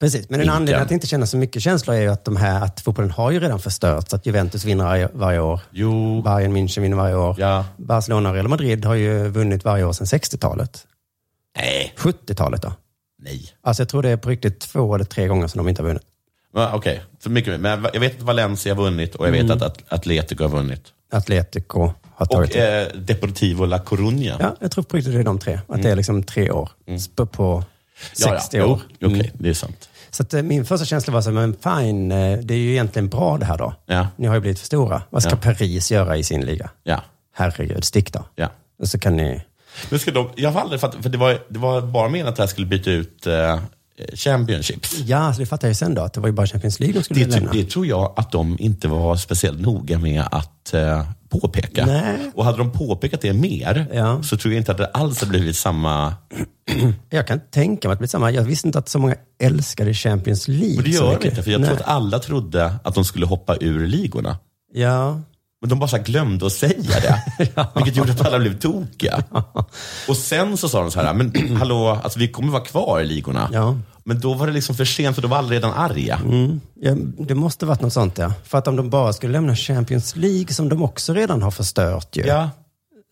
[SPEAKER 6] precis. Men en
[SPEAKER 9] Vilken.
[SPEAKER 6] anledning att inte känna så mycket känslor är ju att, de här, att fotbollen har ju redan förstörts. Att Juventus vinner varje- varje år.
[SPEAKER 9] Jo.
[SPEAKER 6] Bayern München vinner varje år.
[SPEAKER 9] Ja.
[SPEAKER 6] Barcelona och Real Madrid har ju vunnit varje år sedan 60-talet.
[SPEAKER 9] Nej.
[SPEAKER 6] 70-talet då.
[SPEAKER 9] Nej.
[SPEAKER 6] Alltså jag tror det är på riktigt två eller tre gånger som de inte har vunnit.
[SPEAKER 9] Va, Okej, för mycket. Men jag vet att Valencia har vunnit och jag vet att At- Atletico har vunnit.
[SPEAKER 6] Atletico har tagit
[SPEAKER 9] Och
[SPEAKER 6] det.
[SPEAKER 9] eh, Deportivo La Coruña.
[SPEAKER 6] Ja, jag tror på riktigt det är de tre. Att
[SPEAKER 9] mm.
[SPEAKER 6] det är liksom tre år. Sp- På 60
[SPEAKER 9] Jo,
[SPEAKER 6] år.
[SPEAKER 9] Okej, Mm. det är sant.
[SPEAKER 6] Så att, eh, min första känsla var så här, men fine, eh, det är ju egentligen bra det här då.
[SPEAKER 9] Ja.
[SPEAKER 6] Ni har ju blivit för stora. Vad ska
[SPEAKER 9] Ja.
[SPEAKER 6] Paris göra i sin liga?
[SPEAKER 9] Ja.
[SPEAKER 6] Herregud, stick då.
[SPEAKER 9] Ja.
[SPEAKER 6] Och så kan ni...
[SPEAKER 9] Men ska de, jag har aldrig fattat, för det var, det var bara meningen att det här skulle byta ut eh, Championships.
[SPEAKER 6] Ja, så det fattar jag ju sen då, att
[SPEAKER 9] typ
[SPEAKER 6] det var ju bara Champions League de skulle
[SPEAKER 9] Det,
[SPEAKER 6] lämna.
[SPEAKER 9] det tror jag att de inte var speciellt noga med att eh, påpeka.
[SPEAKER 6] Nej.
[SPEAKER 9] Och hade de påpekat det mer
[SPEAKER 6] Ja.
[SPEAKER 9] så tror jag inte att det alls hade blivit samma...
[SPEAKER 6] Jag kan tänka mig att det blir samma. Jag visste inte att så många älskade Champions League.
[SPEAKER 9] Men det
[SPEAKER 6] så
[SPEAKER 9] gör det
[SPEAKER 6] mycket.
[SPEAKER 9] inte, för jag tror
[SPEAKER 6] Nej.
[SPEAKER 9] att alla trodde att de skulle hoppa ur ligorna.
[SPEAKER 6] Ja,
[SPEAKER 9] Men de bara så här glömde att säga det. Vilket gjorde att alla blev tokiga. Och sen så sa de så här, men hallå, alltså, vi kommer vara kvar i ligorna.
[SPEAKER 6] Ja. Mm.
[SPEAKER 9] Men då var det liksom för sent, för då var alla redan arga.
[SPEAKER 6] Ja, det måste varit något sånt ja. För att om de bara skulle lämna Champions League, som de också redan har förstört ju.
[SPEAKER 9] Ja.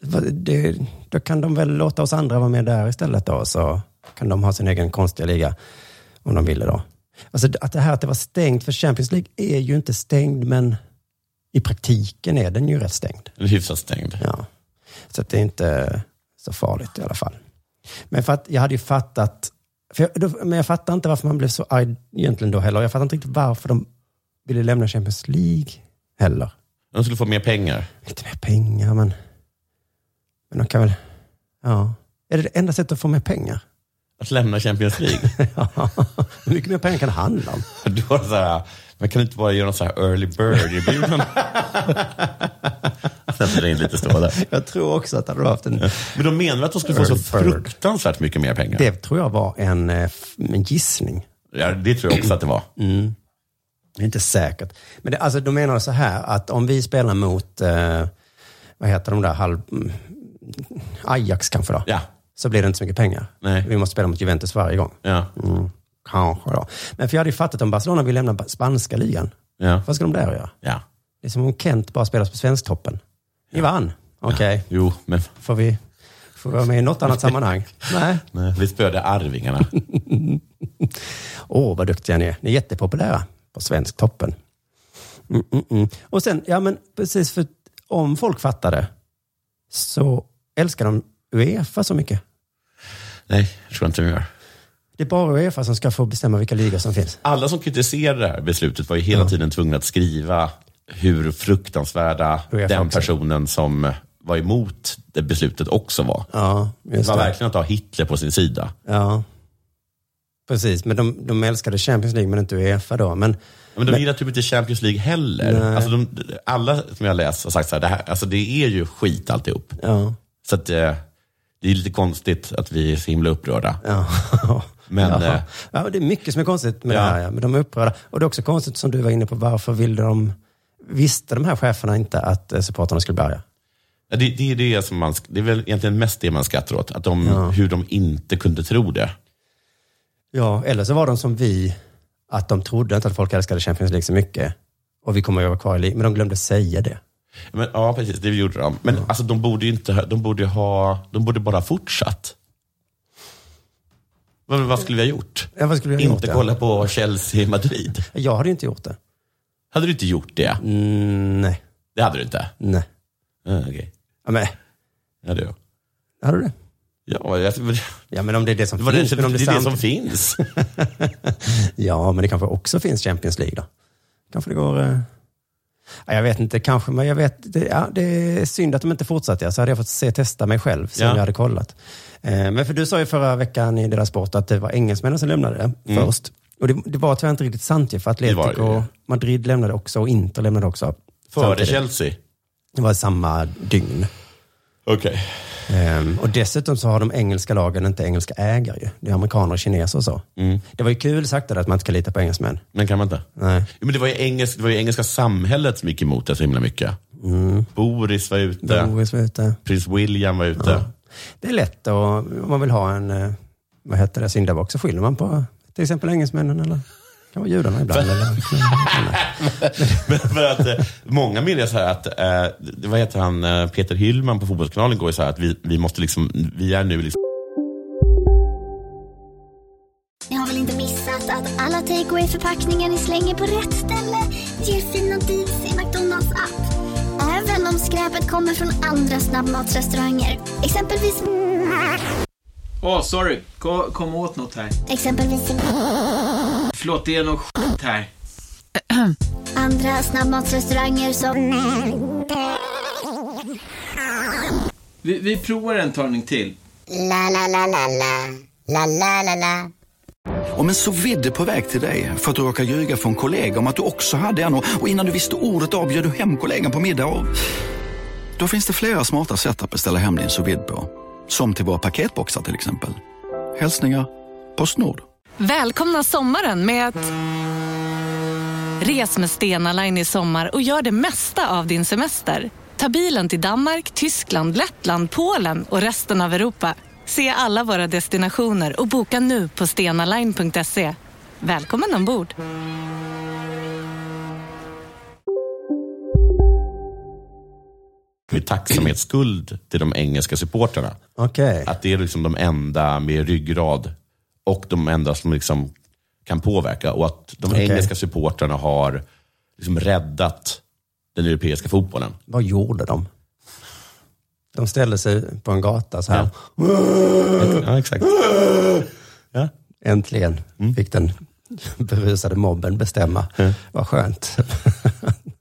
[SPEAKER 6] Va- Det, då kan de väl låta oss andra vara med där istället då, så kan de ha sin egen konstiga liga. Om de ville då. Alltså d- att det här att det var stängt för Champions League är ju inte stängd, men i praktiken är den ju rätt stängd.
[SPEAKER 9] Hyfsat stängd.
[SPEAKER 6] Ja. Så att det är inte så farligt i alla fall. Men för att jag hade ju fattat, för jag, då, men jag fattar inte varför man blev så arg egentligen då heller. Jag fattar inte riktigt varför de ville lämna Champions League heller.
[SPEAKER 9] De skulle få mer pengar.
[SPEAKER 6] Inte mer pengar, men... Men de kan väl... Ja. Är det det enda sättet att få mer pengar?
[SPEAKER 9] Att lämna Champions League.
[SPEAKER 6] Ja. Hur mycket mer pengar kan det handla om?
[SPEAKER 9] Då var det så här, man kan inte bara göra någon så här early bird-erbjudande. Sätter in lite stål där.
[SPEAKER 6] Jag tror också att det hade haft en...
[SPEAKER 9] Men de menar att de skulle få så
[SPEAKER 6] Early bird.
[SPEAKER 9] fruktansvärt mycket mer pengar.
[SPEAKER 6] Det tror jag var en, eh, f- en gissning.
[SPEAKER 9] Ja, det tror jag också att det var.
[SPEAKER 6] Det är inte säkert. Men det, alltså, de menar så här att om vi spelar mot, eh, vad heter de där, halv, mm, Ajax kanske då?
[SPEAKER 9] Ja.
[SPEAKER 6] Så blir det inte så mycket pengar.
[SPEAKER 9] Nej.
[SPEAKER 6] Vi måste spela mot Juventus varje gång.
[SPEAKER 9] Ja.
[SPEAKER 6] Mm, kanske då. Men för jag hade ju fattat om Barcelona vill lämna ba- spanska ligan.
[SPEAKER 9] Ja.
[SPEAKER 6] Vad ska de där göra?
[SPEAKER 9] ja.
[SPEAKER 6] Det är som om Kent bara spelas på Svensktoppen. Ni vann. Okej,
[SPEAKER 9] Jo, men
[SPEAKER 6] får vi får vi vara med i något annat sammanhang? Nej.
[SPEAKER 9] nej. vi spöade Arvingarna.
[SPEAKER 6] Åh, vad duktiga ni är. Ni är jättepopulära på Svensktoppen. Mm, mm, mm. Och sen, ja men precis för om folk fattade så älskar de Uefa så mycket.
[SPEAKER 9] nej, jag tror inte vi gör.
[SPEAKER 6] Det är bara Uefa som ska få bestämma vilka ligor som finns.
[SPEAKER 9] Alla som kritiserade det här beslutet var ju hela tiden tvungna att skriva hur fruktansvärda
[SPEAKER 6] Hur jag
[SPEAKER 9] den
[SPEAKER 6] också.
[SPEAKER 9] personen som var emot det beslutet också var.
[SPEAKER 6] Ja,
[SPEAKER 9] Det
[SPEAKER 6] just
[SPEAKER 9] var
[SPEAKER 6] det.
[SPEAKER 9] verkligen att ha Hitler på sin sida.
[SPEAKER 6] Ja. Precis, men de, de älskade Champions League men inte Uefa då. Men
[SPEAKER 9] Men de gillar typ inte Champions League heller.
[SPEAKER 6] Nej.
[SPEAKER 9] Alltså de, alla som jag läst har sagt så här, det, här alltså det är ju skit alltihop.
[SPEAKER 6] ja,
[SPEAKER 9] Så att, eh, det är lite konstigt att vi är så himla upprörda.
[SPEAKER 6] ja.
[SPEAKER 9] Men,
[SPEAKER 6] ja.
[SPEAKER 9] eh,
[SPEAKER 6] ja, det är mycket som är konstigt med
[SPEAKER 9] Ja.
[SPEAKER 6] det här. Ja. Men de är upprörda. Och det är också konstigt som du var inne på, varför ville de... Visste de här cheferna inte att eh, supportrarna skulle börja?
[SPEAKER 9] Ja, Det, det, är det, som man, sk- det är väl egentligen mest det man skrattar åt, att de, hur de inte kunde tro det.
[SPEAKER 6] Ja, eller så var de som vi, att de trodde inte att folk älskade Champions League så mycket. Och vi kommer att vara kvar i ligan, men de glömde säga det.
[SPEAKER 9] Men, ja, precis, det gjorde de. Men alltså, de borde ju inte, ha- de borde ha, de borde bara ha fortsatt. Vad, vad skulle vi ha gjort?
[SPEAKER 6] Ja, vad skulle vi ha
[SPEAKER 9] inte
[SPEAKER 6] gjort,
[SPEAKER 9] kolla på Chelsea i Madrid.
[SPEAKER 6] Jag hade ju inte gjort det.
[SPEAKER 9] Hade du inte gjort det?
[SPEAKER 6] Mm, nej,
[SPEAKER 9] Det hade du inte?
[SPEAKER 6] nej.
[SPEAKER 9] Mm, Okej.
[SPEAKER 6] Ja, men,
[SPEAKER 9] Ja, det,
[SPEAKER 6] hade du det?
[SPEAKER 9] ja, jag- det,
[SPEAKER 6] Ja, men om det är det som
[SPEAKER 9] var det,
[SPEAKER 6] finns.
[SPEAKER 9] det,
[SPEAKER 6] men om
[SPEAKER 9] är det
[SPEAKER 6] samt-
[SPEAKER 9] som finns.
[SPEAKER 6] Ja, men det kanske också finns Champions League då. Kanske det går... Eh... Ja, jag vet inte, kanske, men jag vet... Det, ja, det är synd att de inte fortsatte. ja. Så hade jag fått se testa mig själv, som
[SPEAKER 9] Ja.
[SPEAKER 6] jag hade kollat. Eh, men för du sa ju förra veckan i deras sport att det var engelsmännen som lämnade det först. Och det, det var tyvärr inte riktigt sant ju, för
[SPEAKER 9] Mm. Det var det,
[SPEAKER 6] Atletico
[SPEAKER 9] ja.
[SPEAKER 6] Madrid lämnade också och Inter lämnade också.
[SPEAKER 9] Före
[SPEAKER 6] samtidigt.
[SPEAKER 9] Chelsea.
[SPEAKER 6] Det var samma dygn.
[SPEAKER 9] Okej.
[SPEAKER 6] Ehm, och dessutom så har de engelska lagen inte engelska ägare ju. Det är amerikaner och kineser och så.
[SPEAKER 9] Mm.
[SPEAKER 6] Det var ju kul sagt det där att man inte kan lita på engelsmän.
[SPEAKER 9] Men kan man inte?
[SPEAKER 6] Nej.
[SPEAKER 9] Jo, Men det, var ju engelsk, det var ju engelska samhället som gick emot det så himla mycket. Boris Mm. var ute.
[SPEAKER 6] Boris var ute.
[SPEAKER 9] Prins William var ute.
[SPEAKER 6] Det är lätt att, om man vill ha en, eh, vad heter det, syndabock så skyller man på till exempel engelsmännen eller kan vara judarna ibland. eller,
[SPEAKER 9] Men för att, eh, många menar så här att, eh, det- vad heter han, eh, Peter Hyllman på Fotbollskanalen går ju så här att vi, vi måste liksom, vi är nu liksom
[SPEAKER 7] Ni har väl inte missat att alla takeaway förpackningar ni slänger på rätt ställe ger fina deals i McDonalds app. Även om skräpet kommer från andra snabbmatsrestauranger. Exempelvis...
[SPEAKER 10] Åh, sorry. Kom, kom åt något här.
[SPEAKER 7] Exempelvis...
[SPEAKER 10] Förlåt, det är något skit här.
[SPEAKER 7] Andra snabbmatsrestauranger som...
[SPEAKER 10] Vi, vi provar en talning till.
[SPEAKER 7] La, la, la, la, la. La, la, la, la.
[SPEAKER 2] Om en så vidde på väg till dig för att du råkar ljuga från kollega om att du också hade en och och innan du visste ordet av bjöd du hem kollegan på middag och...
[SPEAKER 11] Då finns det flera smarta sätt att beställa hem din sous vide på. Som till våra paketboxar till exempel. Hälsningar Postnord.
[SPEAKER 12] Välkomna sommaren med att... Res med Stena Line i sommar och gör det mesta av din semester. Ta bilen till Danmark, Tyskland, Lettland, Polen och resten av Europa. Se alla våra destinationer och boka nu på stenaline.se. Välkommen ombord!
[SPEAKER 9] Det är tacksamhetsskuld till de engelska supporterna.
[SPEAKER 6] Okej.
[SPEAKER 9] Att det är liksom de enda med ryggrad och de enda som liksom kan påverka. Och att de
[SPEAKER 6] Okej.
[SPEAKER 9] engelska supporterna har liksom räddat den europeiska fotbollen.
[SPEAKER 6] Vad gjorde de? De ställde sig på en gata så här.
[SPEAKER 9] Ja, exakt.
[SPEAKER 6] Äntligen
[SPEAKER 9] Mm.
[SPEAKER 6] fick den berusade mobben bestämma. Vad skönt.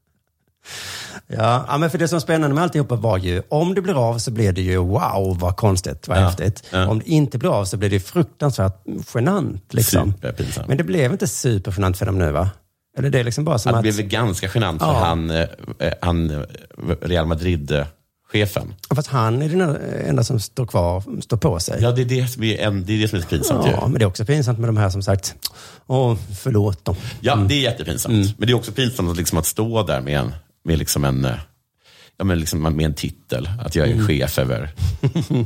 [SPEAKER 6] ja, ja, men för det som är spännande med alltihopa var ju, om det blir av så blir det ju wow, vad konstigt, vad
[SPEAKER 9] Ja,
[SPEAKER 6] häftigt. Om det inte blir av så blir det fruktansvärt genant. Liksom.
[SPEAKER 9] Superpinsamt.
[SPEAKER 6] Men det blev inte supergenant för dem nu va? Eller det är liksom bara som
[SPEAKER 9] det
[SPEAKER 6] att...
[SPEAKER 9] blev väl ganska genant för
[SPEAKER 6] Ja.
[SPEAKER 9] han, eh, eh, han eh, Real Madrid-chefen.
[SPEAKER 6] Fast han är den enda som står kvar, står på sig.
[SPEAKER 9] liksom- Ja, det är det som är, en, det, är det som är så pinsamt
[SPEAKER 6] Ja,
[SPEAKER 9] ju.
[SPEAKER 6] men det är också pinsamt med de här som sagt, åh, förlåt dem.
[SPEAKER 9] Ja, det är jättepinsamt.
[SPEAKER 6] Mm.
[SPEAKER 9] Men det är också pinsamt att, liksom, att stå där med en, med liksom en, eh, ja, men liksom med en titel. Att jag är
[SPEAKER 6] Mm.
[SPEAKER 9] chef över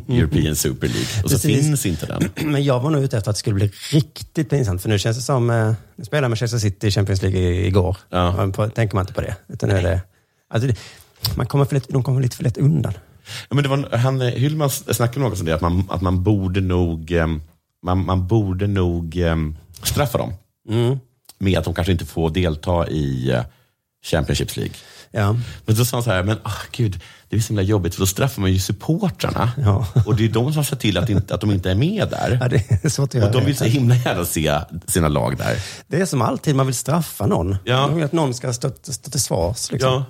[SPEAKER 9] European Super League. Och så
[SPEAKER 6] Precis.
[SPEAKER 9] finns inte den.
[SPEAKER 6] Men jag var nog ute efter att det skulle bli riktigt pinsamt, för nu känns det som, eh, nu spelade Manchester City i Champions League i- igår. Man på- Tänker man inte på det. Utan nu är det, alltså det man kommer för lätt, de kommer lite för lätt undan.
[SPEAKER 9] Ja, men det var, han, eh, Hyllman snackade något om det, att man, att man borde nog, ehm, man, man borde nog ehm, straffa dem. Mm. Med att de kanske inte får delta i eh, Championships League.
[SPEAKER 6] Ja.
[SPEAKER 9] Men då sa han så här, men ah gud, det är så himla jobbigt, för då straffar man ju supportrarna.
[SPEAKER 6] Ja.
[SPEAKER 9] Och det är de som har sett till att, inte, att de inte är med där.
[SPEAKER 6] Ja, det är svårt att göra
[SPEAKER 9] och de vill
[SPEAKER 6] det.
[SPEAKER 9] så himla gärna se sina lag där.
[SPEAKER 6] Det är som alltid, man vill straffa någon. Man vill att någon ska stå, stå till svars. Liksom.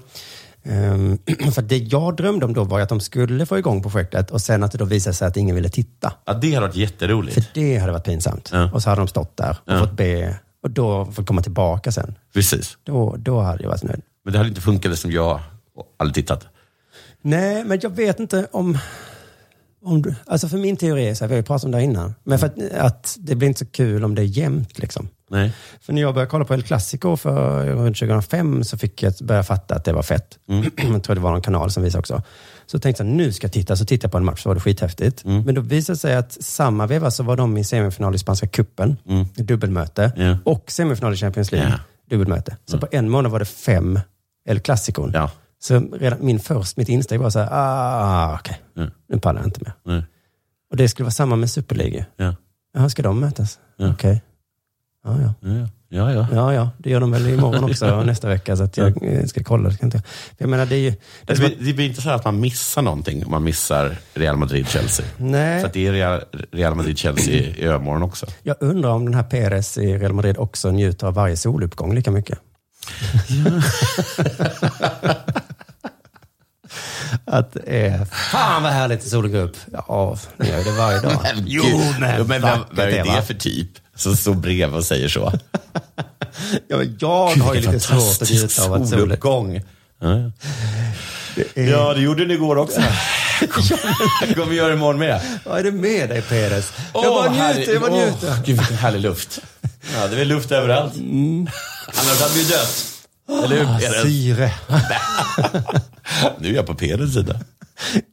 [SPEAKER 6] Ehm, för det jag drömde om då var ju att de skulle få igång projektet och sen att det då visade sig att ingen ville titta.
[SPEAKER 9] Ja, det hade varit jätteroligt.
[SPEAKER 6] Det hade varit pinsamt. Och så hade de stått där och fått be och då fått komma tillbaka sen.
[SPEAKER 9] Precis.
[SPEAKER 6] Då, då hade jag varit nöjd.
[SPEAKER 9] Men det hade inte funkat som jag aldrig tittat.
[SPEAKER 6] Nej, men jag vet inte om... om du, alltså för min teori är så här, vi har ju pratat om det här innan, men för att, att det blir inte så kul om det är jämnt liksom.
[SPEAKER 9] Nej.
[SPEAKER 6] För när jag började kolla på El Clasico för runt 2005 så fick jag börja fatta att det var fett.
[SPEAKER 9] Mm.
[SPEAKER 6] Jag tror det var någon kanal som visade också. Så tänkte jag, nu ska jag titta. Så tittade jag på en match så var det skithäftigt.
[SPEAKER 9] Mm.
[SPEAKER 6] Men då visade det sig att samma veva så var de i semifinal i Spanska cupen, dubbelmöte,
[SPEAKER 9] Mm. Ja.
[SPEAKER 6] och semifinal i Champions League,
[SPEAKER 9] Ja. Mm.
[SPEAKER 6] dubbelmöte. Så på en månad var det fem El Clasicon. Så redan min först, mitt insteg var så här, ah, okej, nu pallar jag inte mer.
[SPEAKER 9] Nej.
[SPEAKER 6] Och det skulle vara samma med Superliga.
[SPEAKER 9] Ja.
[SPEAKER 6] Jaha, ska de mötas?
[SPEAKER 9] Ja.
[SPEAKER 6] Okej. Ja, ja.
[SPEAKER 9] Ja, ja. ja.
[SPEAKER 6] Ja, ja, det gör de väl imorgon också
[SPEAKER 9] Ja.
[SPEAKER 6] och nästa vecka. Så att jag eh, ska kolla. Det kan inte jag. jag menar, det är ju... Det
[SPEAKER 9] Det
[SPEAKER 6] är som att,
[SPEAKER 9] blir, det blir inte så här att man missar någonting om man missar Real Madrid-Chelsea.
[SPEAKER 6] Nej.
[SPEAKER 9] För att det är Real, Real Madrid-Chelsea i övermorgon också.
[SPEAKER 6] jag undrar om den här Perez i Real Madrid också njuter av varje soluppgång lika mycket. att det
[SPEAKER 9] eh,
[SPEAKER 6] är... Fan vad härligt att solen går upp. Ja, ni gör ju det varje dag.
[SPEAKER 9] Jo, men, vem,
[SPEAKER 6] vackert
[SPEAKER 9] vem är
[SPEAKER 6] va?
[SPEAKER 9] det för typ som står bredvid och säger så?
[SPEAKER 6] Ja, men jag har ju lite svårt att njuta av att solen...
[SPEAKER 9] soluppgång. Ja,
[SPEAKER 6] Eh.
[SPEAKER 9] Ja, det gjorde den igår också. Det kommer vi göra imorgon med.
[SPEAKER 6] Vad är det med dig Perez?
[SPEAKER 9] Åh,
[SPEAKER 6] jag bara
[SPEAKER 9] vad
[SPEAKER 6] njuter,
[SPEAKER 9] härligt.
[SPEAKER 6] jag bara
[SPEAKER 9] Åh,
[SPEAKER 6] njuter.
[SPEAKER 9] Gud, vilken härlig luft. Ja, det är väl luft överallt. Annars hade vi ju dött. Eller hur,
[SPEAKER 6] Mm. Ah,
[SPEAKER 9] Perez?
[SPEAKER 6] syre.
[SPEAKER 9] Nu är jag på Perez sida.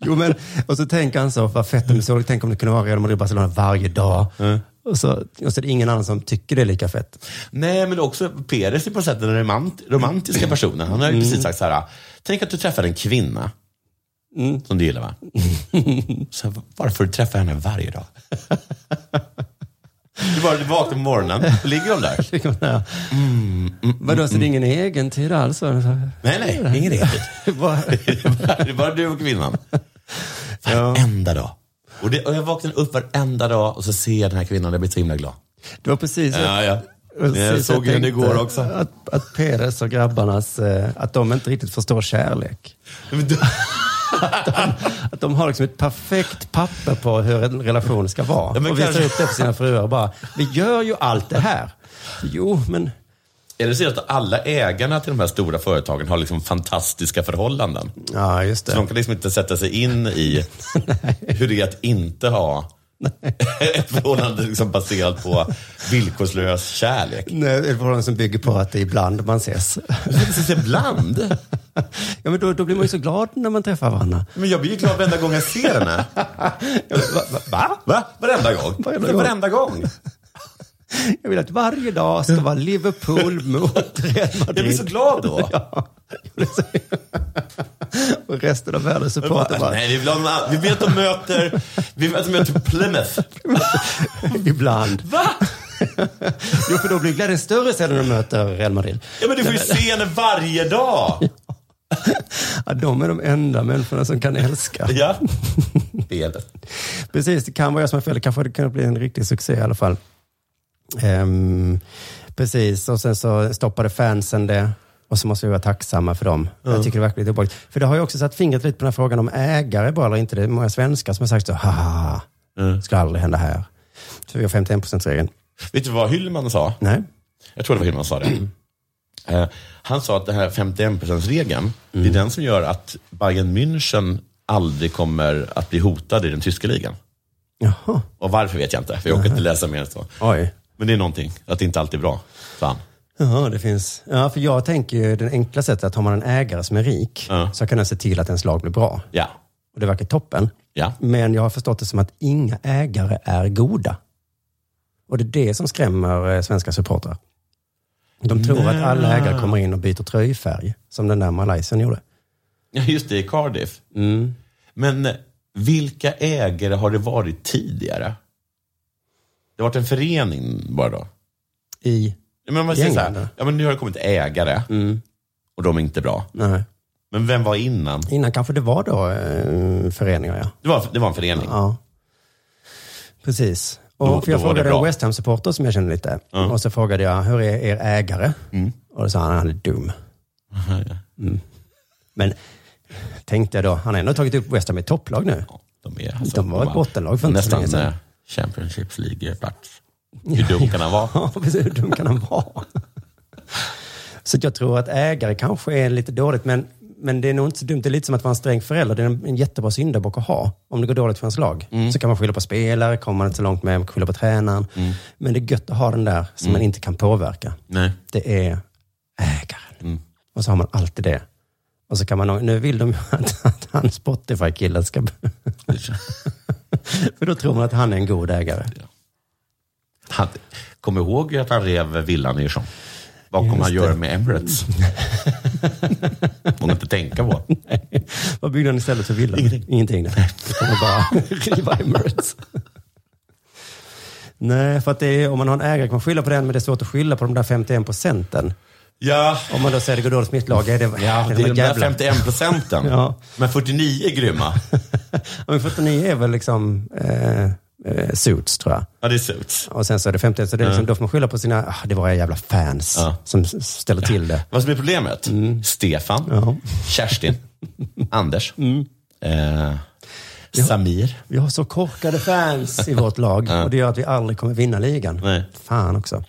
[SPEAKER 6] Jo, men, och så tänker han så, vad fett det med sol. Tänk om det kunde vara Real Madrid Barcelona varje dag.
[SPEAKER 9] Mm.
[SPEAKER 6] Och, så, och så är det ingen annan som tycker det är lika fett.
[SPEAKER 9] Nej, men också Perez är på något sätt den romant- romantiska personen. Han har ju precis sagt så här, tänk att du träffar en kvinna som du gillar va? Så här, varför träffar jag henne varje dag? Du bara du vaknar på morgonen, då ligger de där.
[SPEAKER 6] Mm, Vadå, så det är ingen egen tid alls?
[SPEAKER 9] Nej, nej, ingen egen tid.
[SPEAKER 6] Vad-
[SPEAKER 9] Det är bara- det är bara du och kvinnan. Varenda dag. Och, det, och jag vaknar upp varenda dag och så ser jag den här kvinnan och jag blir så himla glad.
[SPEAKER 6] Det var precis...
[SPEAKER 9] Ja, ja.
[SPEAKER 6] precis
[SPEAKER 9] Jag såg henne
[SPEAKER 6] tänkte,
[SPEAKER 9] igår också.
[SPEAKER 6] Att, att Perez och grabbarnas, eh, att de inte riktigt förstår kärlek.
[SPEAKER 9] Men du-
[SPEAKER 6] Att de har liksom ett perfekt papper på hur en relation ska vara.
[SPEAKER 9] Ja, men
[SPEAKER 6] och visar
[SPEAKER 9] kanske-
[SPEAKER 6] upp det för sina fruar och bara, vi gör ju allt det här. Jo, men
[SPEAKER 9] Eller så är det att alla ägarna till de här stora företagen har liksom fantastiska förhållanden.
[SPEAKER 6] Ja, just
[SPEAKER 9] Så de kan liksom inte sätta sig in i hur det är att inte ha ett förhållande liksom baserat på villkorslös kärlek.
[SPEAKER 6] Nej, ett förhållande som bygger på att det är ibland man ses.
[SPEAKER 9] ses liksom ibland?
[SPEAKER 6] ja, men då, då blir man ju så glad när man träffar varandra.
[SPEAKER 9] Men jag blir ju glad varenda gång jag ser henne.
[SPEAKER 6] Va?
[SPEAKER 9] Va? Varenda gång?
[SPEAKER 6] Varenda
[SPEAKER 9] Men
[SPEAKER 6] gång.
[SPEAKER 9] Varenda gång.
[SPEAKER 6] Jag vill att varje dag ska vara Liverpool mot Real Madrid. Jag
[SPEAKER 9] blir så glad då.
[SPEAKER 6] Ja, jag blir så... Och resten av världens supportrar bara,
[SPEAKER 9] Nej, vi vill, ha, vi vill att de möter, vi vill att de möter Plymouth.
[SPEAKER 6] ibland.
[SPEAKER 9] Va?
[SPEAKER 6] Jo, för då blir glädjen större sen när de möter Real Madrid.
[SPEAKER 9] Ja, men du får ju se henne varje dag.
[SPEAKER 6] Ja, de är de enda människorna som kan älska.
[SPEAKER 9] Ja, det är det.
[SPEAKER 6] Precis, det kan vara jag som har fel. Det kanske det kan bli en riktig succé i alla fall. Ehm, precis, och sen så stoppade fansen det. Och så måste vi vara tacksamma för dem. Jag tycker det är verkligen obehagligt. För det har ju också satt fingret lite på den här frågan om ägare bara eller inte. Det är många svenskar som har sagt så, haha, det skulle aldrig hända här. Så vi har 51%-regeln.
[SPEAKER 9] Vet du vad Hyllman sa?
[SPEAKER 6] Nej.
[SPEAKER 9] Jag tror det var Hyllman som sa det. Eh, Han sa att den här 51%-regeln, det är den som gör att Bayern München aldrig kommer att bli hotad i den tyska ligan.
[SPEAKER 6] Jaha,
[SPEAKER 9] Och varför vet jag inte, för jag orkar inte läsa mer än så.
[SPEAKER 6] oj.
[SPEAKER 9] Men det är någonting, att det inte alltid är bra, sa han.
[SPEAKER 6] Jaha, det finns. Ja, för jag tänker ju den enkla sättet att har man en ägare som är rik så kan den se till att ens lag blir bra.
[SPEAKER 9] Ja,
[SPEAKER 6] Och det verkar toppen.
[SPEAKER 9] ja.
[SPEAKER 6] Men jag har förstått det som att inga ägare är goda. Och det är det som skrämmer eh, svenska supportrar. De tror att alla ägare kommer in och byter tröjfärg, som den där malaisen gjorde. Mm.
[SPEAKER 9] Ja, just det, i Cardiff. Men eh, vilka ägare har det varit tidigare? Det har varit en förening bara då?
[SPEAKER 6] I...
[SPEAKER 9] Ja, Men man säger
[SPEAKER 6] I
[SPEAKER 9] så
[SPEAKER 6] England,
[SPEAKER 9] här, ja, men nu har det kommit ägare och de är inte bra.
[SPEAKER 6] Nej.
[SPEAKER 9] Men vem var innan?
[SPEAKER 6] Innan kanske det var då eh, föreningar, ja.
[SPEAKER 9] Det var, det var en förening.
[SPEAKER 6] Ja, precis. Och
[SPEAKER 9] Då-
[SPEAKER 6] för jag
[SPEAKER 9] då var det
[SPEAKER 6] frågade en
[SPEAKER 9] bra.
[SPEAKER 6] West Ham-supporter som jag känner lite. Och så frågade jag, hur är er ägare?
[SPEAKER 9] Mm.
[SPEAKER 6] Och då sa han, han är dum. Mm. Men tänkte jag då, han har ändå tagit upp West Ham i topplag nu.
[SPEAKER 9] De, är,
[SPEAKER 6] De var ett bottenlag för inte så länge
[SPEAKER 9] Nästan
[SPEAKER 6] sedan.
[SPEAKER 9] eh, Championships League-plats. Hur dum kan han vara?
[SPEAKER 6] Ja, precis. Hur dum kan han vara? Så att jag tror att ägare kanske är lite dåligt, men, men det är nog inte så dumt. Det är lite som att vara en sträng förälder. Det är en, en jättebra syndabock att ha. Om det går dåligt för ens lag så kan man skylla på spelare, kommer man inte så långt med, man kan skylla på tränaren. Men det är gött att ha den där som man inte kan påverka.
[SPEAKER 9] Nej.
[SPEAKER 6] Det är ägaren. Och så har man alltid det. Och så kan man, nu vill de ju att, att han Spotify-killen ska... För då tror man att han är en god ägare.
[SPEAKER 9] Han, kom ihåg att han rev villan i Jean. Vad kommer han göra med Emirates? Får man inte tänka på.
[SPEAKER 6] Vad byggde han istället för villan? Ingenting. Ingenting, nej. Det kommer bara riva Emirates. nej, för att det är, om man har en ägare kan man skylla på den, men det är svårt att skylla på de där 51 procenten.
[SPEAKER 9] Ja,
[SPEAKER 6] Om man då säger det går dåligt för mitt lag, är det,
[SPEAKER 9] ja det är de där 51 procenten.
[SPEAKER 6] Ja.
[SPEAKER 9] Men 49 är grymma.
[SPEAKER 6] Men 49 är väl liksom eh, eh, suits, tror jag.
[SPEAKER 9] Ja, det är suits.
[SPEAKER 6] Och sen så är det 51, så det är liksom, då får man skylla på sina, ah, det var era jävla fans
[SPEAKER 9] Ja.
[SPEAKER 6] som s- ställer till det.
[SPEAKER 9] Vad som är problemet? Stefan,
[SPEAKER 6] Mm. Ja. Mm.
[SPEAKER 9] Kerstin, Anders, eh, Samir.
[SPEAKER 6] Vi har så korkade fans i vårt lag och det gör att vi aldrig kommer vinna ligan.
[SPEAKER 9] Nej.
[SPEAKER 6] Fan också.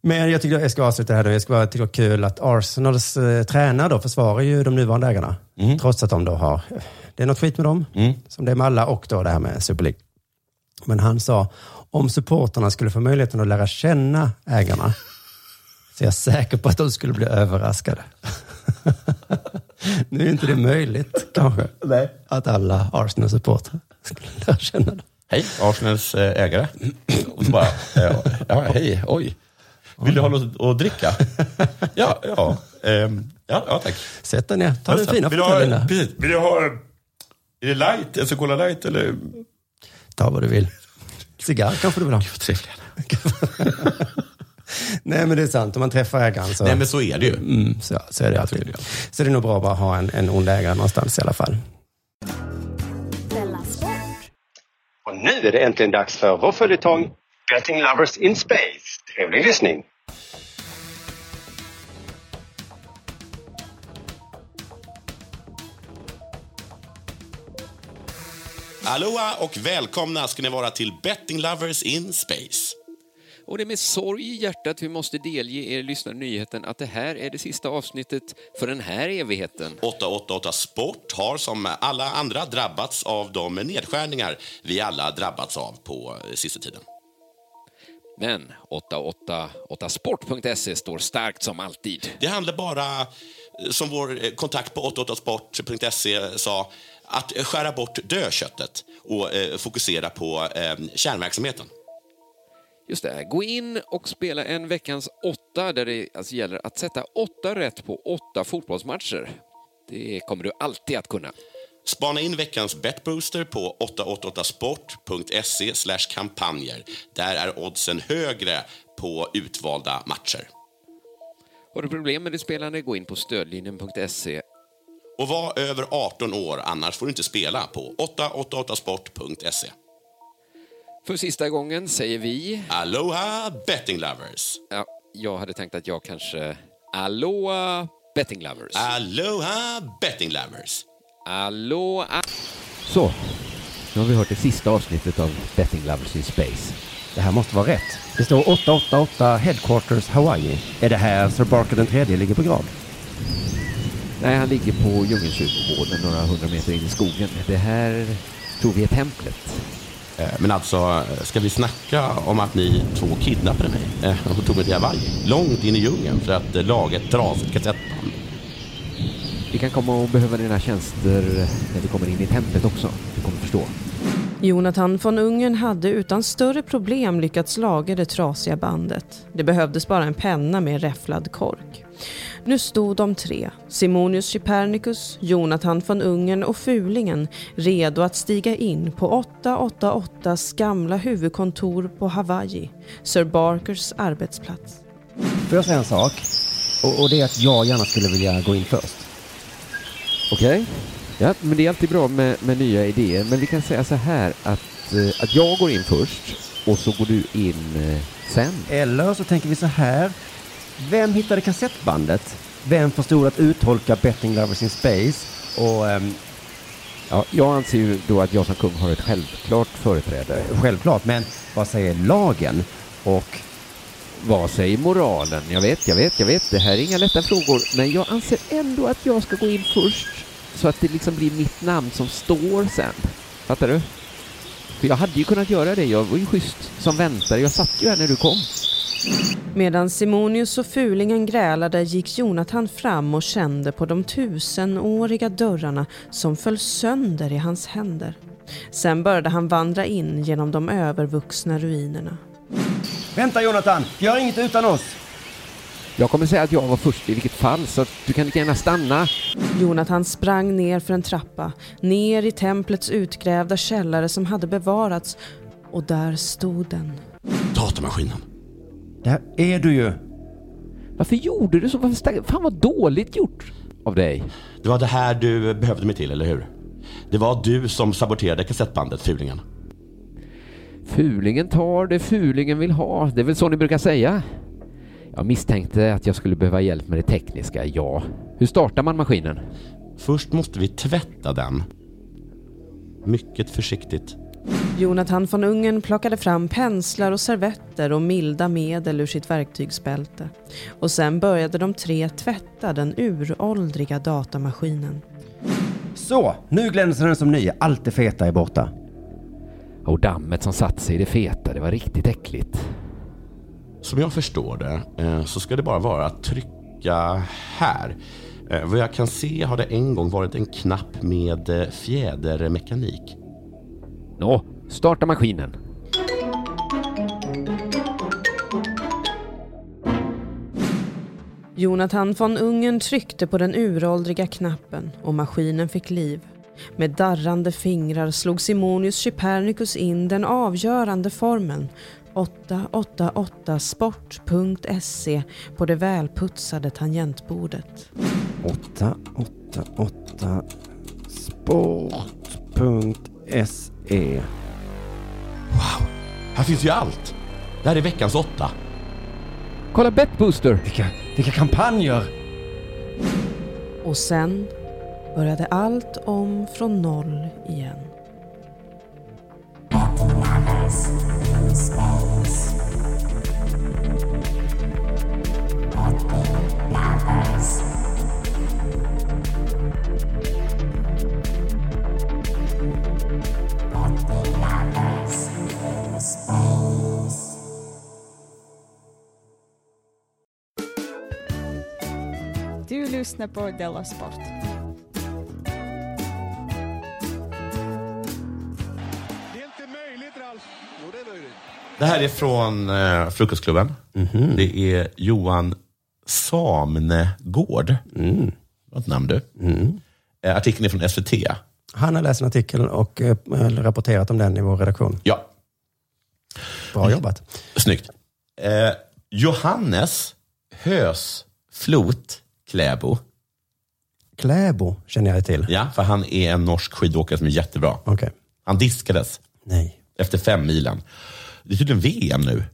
[SPEAKER 6] Men jag tycker jag ska avsluta det här då. Jag ska bara tycka det var kul att Arsenals eh, tränare då försvarar ju de nuvarande ägarna.
[SPEAKER 9] Mm.
[SPEAKER 6] Trots att de då har, det är något skit med dem, som det är med alla och då det här med Super League. Men han sa, om supporterna skulle få möjligheten att lära känna ägarna så är jag säker på att de skulle bli överraskade. nu är inte det möjligt kanske,
[SPEAKER 9] Nej.
[SPEAKER 6] att alla Arsenal-supportrar skulle lära känna dem.
[SPEAKER 9] Hej, Arsenals eh, ägare. Och så bara, eh, ja, hej, oj. Vill du ha något att dricka? Ja, ja. ehm, ja, ja tack.
[SPEAKER 6] Sätt dig ner, ta den fina
[SPEAKER 9] vill, du ha,
[SPEAKER 6] fåtöljerna.
[SPEAKER 9] precis, vill du ha, är det light, alltså cola light eller?
[SPEAKER 6] Ta vad du vill. Cigarr kanske du vill ha?
[SPEAKER 9] Trevligare.
[SPEAKER 6] Nej, men det är sant. Om man träffar ägaren så,
[SPEAKER 9] Nej men så är det ju.
[SPEAKER 6] mm, så, så är det alltid. Så det är nog bra att bara ha en, en ond ägare någonstans i alla fall.
[SPEAKER 13] Och nu är det äntligen dags för vår följetong Getting Lovers in Space. Trevlig lyssning!
[SPEAKER 9] Aloha och välkomna ska ni vara till Betting Lovers in Space.
[SPEAKER 14] Och det är med sorg i hjärtat vi måste delge er lyssnare nyheten att det här är det sista avsnittet för den här evigheten.
[SPEAKER 9] 888 Sport har som alla andra drabbats av de nedskärningar vi alla drabbats av på sista tiden.
[SPEAKER 14] Men 888sport.se E står starkt som alltid.
[SPEAKER 9] Det handlar bara, eh, som vår kontakt på 888sport.se sa, att eh, skära bort dödköttet och eh, fokusera på eh, kärnverksamheten.
[SPEAKER 14] Just det, gå in och spela en veckans åtta där det alltså gäller att sätta åtta rätt på åtta fotbollsmatcher. Det kommer du alltid att kunna.
[SPEAKER 9] Spana in veckans betbooster på 888sport.se slash kampanjer. Där är oddsen högre på utvalda matcher.
[SPEAKER 14] Har du problem med ditt spelande, gå in på stödlinjen.se.
[SPEAKER 9] Och var över 18 år, annars får du inte spela på 888sport.se.
[SPEAKER 14] För sista gången säger vi...
[SPEAKER 9] Aloha betting lovers!
[SPEAKER 14] Ja, jag hade tänkt att jag kanske... Aloha betting lovers!
[SPEAKER 9] Aloha betting lovers!
[SPEAKER 14] Aloha...
[SPEAKER 15] Så, nu har vi hört det sista avsnittet av Betting Lovers in Space.
[SPEAKER 6] Det här måste vara rätt. Det står 888 Headquarters Hawaii. Är det här Sir Barker den tredje ligger begravd?
[SPEAKER 15] Nej, han ligger på djungelkyrkogården några hundra meter in i skogen. Det här tror vi är templet.
[SPEAKER 9] Eh, Men alltså, ska vi snacka om att ni två kidnappade mig eh, och tog mig till Hawaii? Långt in i djungeln för att eh, laga ett trasigt kassettband.
[SPEAKER 15] Vi kan komma och behöva dina tjänster när vi kommer in i templet också. Du kommer förstå.
[SPEAKER 16] Jonathan von Ungern hade utan större problem lyckats laga det trasiga bandet. Det behövdes bara en penna med räfflad kork. Nu stod de tre, Simonius Chypernicus, Jonathan von Ungern och Fulingen, redo att stiga in på 888s gamla huvudkontor på Hawaii, Sir Barkers arbetsplats.
[SPEAKER 6] Får jag säga en sak? Och, och det är att jag gärna skulle vilja gå in först.
[SPEAKER 15] Okej? Ja, men det är alltid bra med, med nya idéer. Men vi kan säga så här att, eh, att jag går in först och så går du in eh, sen.
[SPEAKER 6] Eller så tänker vi så här. Vem hittade kassettbandet? Vem förstod att uttolka Betting Lovers in Space? Och ehm,
[SPEAKER 15] Ja, jag anser ju då att jag som kung har ett självklart företräde.
[SPEAKER 6] självklart, men vad säger lagen?
[SPEAKER 15] Och vad säger moralen? Jag vet, jag vet, jag vet. Det här är inga lätta frågor. Men jag anser ändå att jag ska gå in först. Så att det liksom blir mitt namn som står sen. Fattar du? För jag hade ju kunnat göra det. Jag var ju schysst som väntare. Jag satt ju här när du kom.
[SPEAKER 16] Medan Simonius och Fulingen grälade gick Jonathan fram och kände på de tusenåriga dörrarna som föll sönder i hans händer. Sen började han vandra in genom de övervuxna ruinerna.
[SPEAKER 6] Vänta Jonathan! Gör inget utan oss!
[SPEAKER 15] Jag kommer säga att jag var först i vilket fall, så att du kan lika gärna stanna.
[SPEAKER 16] Jonathan sprang ner för en trappa, ner i templets utgrävda källare som hade bevarats och där stod den.
[SPEAKER 9] Datamaskinen.
[SPEAKER 6] Där är du ju!
[SPEAKER 15] Varför gjorde du så? Varför stack... Fan vad dåligt gjort av dig.
[SPEAKER 9] Det var det här du behövde mig till, eller hur? Det var du som saboterade kassettbandet, fulingen.
[SPEAKER 15] Fulingen tar det fulingen vill ha. Det är väl så ni brukar säga? Jag misstänkte att jag skulle behöva hjälp med det tekniska, ja. Hur startar man maskinen?
[SPEAKER 9] Först måste vi tvätta den. Mycket försiktigt.
[SPEAKER 16] Jonathan von Ungern plockade fram penslar och servetter och milda medel ur sitt verktygsbälte. Och sen började de tre tvätta den uråldriga datamaskinen.
[SPEAKER 6] Så, nu glänser den som ny. Allt det feta är borta.
[SPEAKER 15] Och dammet som satt sig i det feta, det var riktigt äckligt.
[SPEAKER 9] Som jag förstår det eh, så ska det bara vara att trycka här. Eh, Vad jag kan se har det en gång varit en knapp med eh, fjädermekanik.
[SPEAKER 15] Nå, starta maskinen.
[SPEAKER 16] Jonathan von Ungern tryckte på den uråldriga knappen och maskinen fick liv. Med darrande fingrar slog Simonius Chypernicus in den avgörande formeln 888sport.se E, på det välputsade tangentbordet.
[SPEAKER 6] 888 sport.se
[SPEAKER 9] Här finns ju allt! Det här är veckans åtta.
[SPEAKER 15] Kolla Betbooster!
[SPEAKER 6] Vilka, vilka kampanjer!
[SPEAKER 16] Och sen började allt om från noll igen.
[SPEAKER 17] Space. Du lyssnar på Della Sport.
[SPEAKER 18] Det är inte möjligt, Ralf. Jo, det är möjligt.
[SPEAKER 9] Det här är från eh, Frukostklubben. Det är Johan Samnegård. Mm. Vad namn du. Eh, artikeln är från SVT.
[SPEAKER 6] Han har läst en artikel och eh, rapporterat om den i vår redaktion.
[SPEAKER 9] Ja.
[SPEAKER 6] Bra jobbat.
[SPEAKER 9] Snyggt. Eh, Johannes Hös Flot Kläbo.
[SPEAKER 6] Kläbo känner jag till.
[SPEAKER 9] Ja, för han är en norsk skidåkare som är jättebra.
[SPEAKER 6] Okej.
[SPEAKER 9] Han diskades.
[SPEAKER 6] Nej.
[SPEAKER 9] Efter fem milen. Det är tydligen VM nu.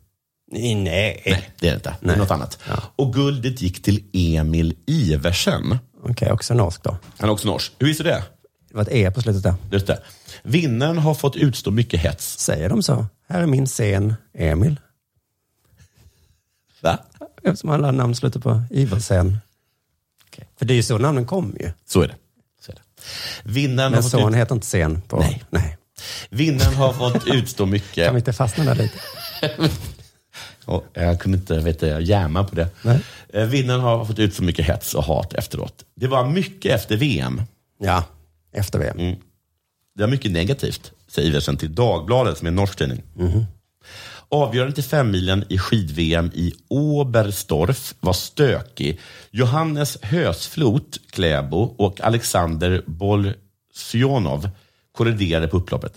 [SPEAKER 6] Nej.
[SPEAKER 9] Nej, det är det inte. Det är något annat. Och guldet gick till Emil Iversen.
[SPEAKER 6] Okej, också norsk då.
[SPEAKER 9] Han är också norsk. Hur visste du det?
[SPEAKER 6] Det var ett E på slutet där.
[SPEAKER 9] Just det. Vinnaren har fått utstå mycket hets.
[SPEAKER 6] Säger de så? Här är min scen, Emil.
[SPEAKER 9] Va?
[SPEAKER 6] Eftersom alla namn slutar på Iversen. För det är ju så namnen kom ju.
[SPEAKER 9] Så är det. Så är det. Vinnaren
[SPEAKER 6] Men
[SPEAKER 9] har fått
[SPEAKER 6] son
[SPEAKER 9] ut...
[SPEAKER 6] heter inte Sen på... Nej. Nej.
[SPEAKER 9] Vinnaren har fått utstå mycket.
[SPEAKER 6] Kan vi inte fastna där lite?
[SPEAKER 9] Och jag kunde inte vet jag, jämma på det. Eh, Vinnaren har fått ut så mycket hets och hat efteråt. Det var mycket efter VM.
[SPEAKER 6] Ja, efter VM.
[SPEAKER 9] Mm. Det var mycket negativt, säger Iversen till Dagbladet som är en norsk tidning. Avgörandet i femmilen i skid-VM i Oberstdorf var stökig. Johannes Hösflot, Kläbo, och Alexander Bolsjonov kolliderade på upploppet.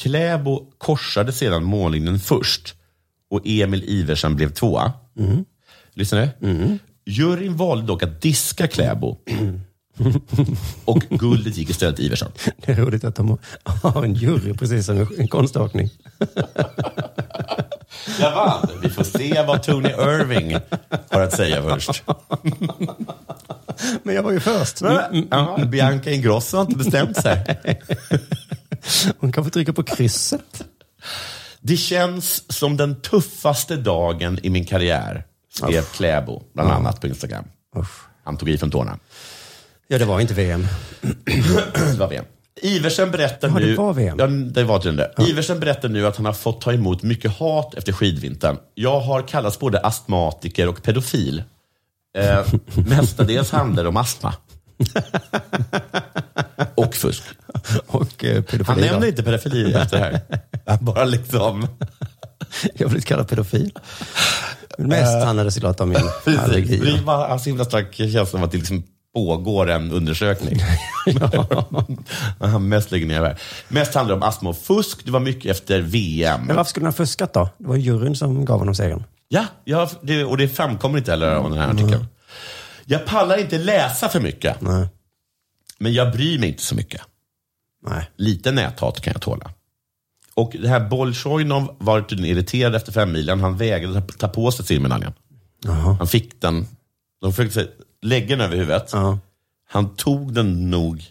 [SPEAKER 9] Kläbo korsade sedan mållinjen först och Emil Iversen blev tvåa. Mm-hmm. Lyssnar du? Mm-hmm. Juryn valde dock att diska Kläbo och guldet gick istället till Iversen.
[SPEAKER 6] Det är roligt att de har en jury precis som en konståkning.
[SPEAKER 9] Jag vann. Vi får se vad Tony Irving har att säga först.
[SPEAKER 6] Men jag var ju först. mm.
[SPEAKER 9] Ja, Bianca Ingrosso har inte bestämt sig.
[SPEAKER 6] Hon kanske trycker på krysset.
[SPEAKER 9] Det känns som den tuffaste dagen i min karriär, skrev Kläbo, bland annat på Instagram. Han tog i från tårna.
[SPEAKER 6] Mm. Ja, det var inte VM.
[SPEAKER 9] det var VM. Iversen berättar
[SPEAKER 6] Ja, det
[SPEAKER 9] nu...
[SPEAKER 6] var VM.
[SPEAKER 9] Ja, det var tydligen det. Iversen berättar nu att han har fått ta emot mycket hat efter skidvintern. Jag har kallats både astmatiker och pedofil. Eh, mestadels handlar det om astma. och fusk.
[SPEAKER 6] Och eh, pedofili.
[SPEAKER 9] Han
[SPEAKER 6] då.
[SPEAKER 9] nämner inte pedofili efter det här. Han bara liksom...
[SPEAKER 6] Jag har blivit kallad pedofil. Men mest handlade det såklart om min
[SPEAKER 9] Eh. Precis. Det
[SPEAKER 6] allergi.
[SPEAKER 9] är bara en så himla stark känsla av att det liksom pågår en undersökning. Han mest lägger ner här. Mest handlar det om astma och fusk. Det var mycket efter VM.
[SPEAKER 6] Men varför skulle han ha fuskat då? Det var ju juryn som gav honom segern.
[SPEAKER 9] Ja, ja det, och det framkommer inte heller av den här artikeln. Jag pallar inte läsa för mycket. Men jag bryr mig inte så mycket.
[SPEAKER 6] Nej.
[SPEAKER 9] Lite näthat kan jag tåla. Och det här Bolsjojnov var tydligen irriterad efter femmilen. Han vägrade ta- ta på sig silvermedaljen. Han fick den. De försökte se- lägga den över huvudet. Han tog den nog.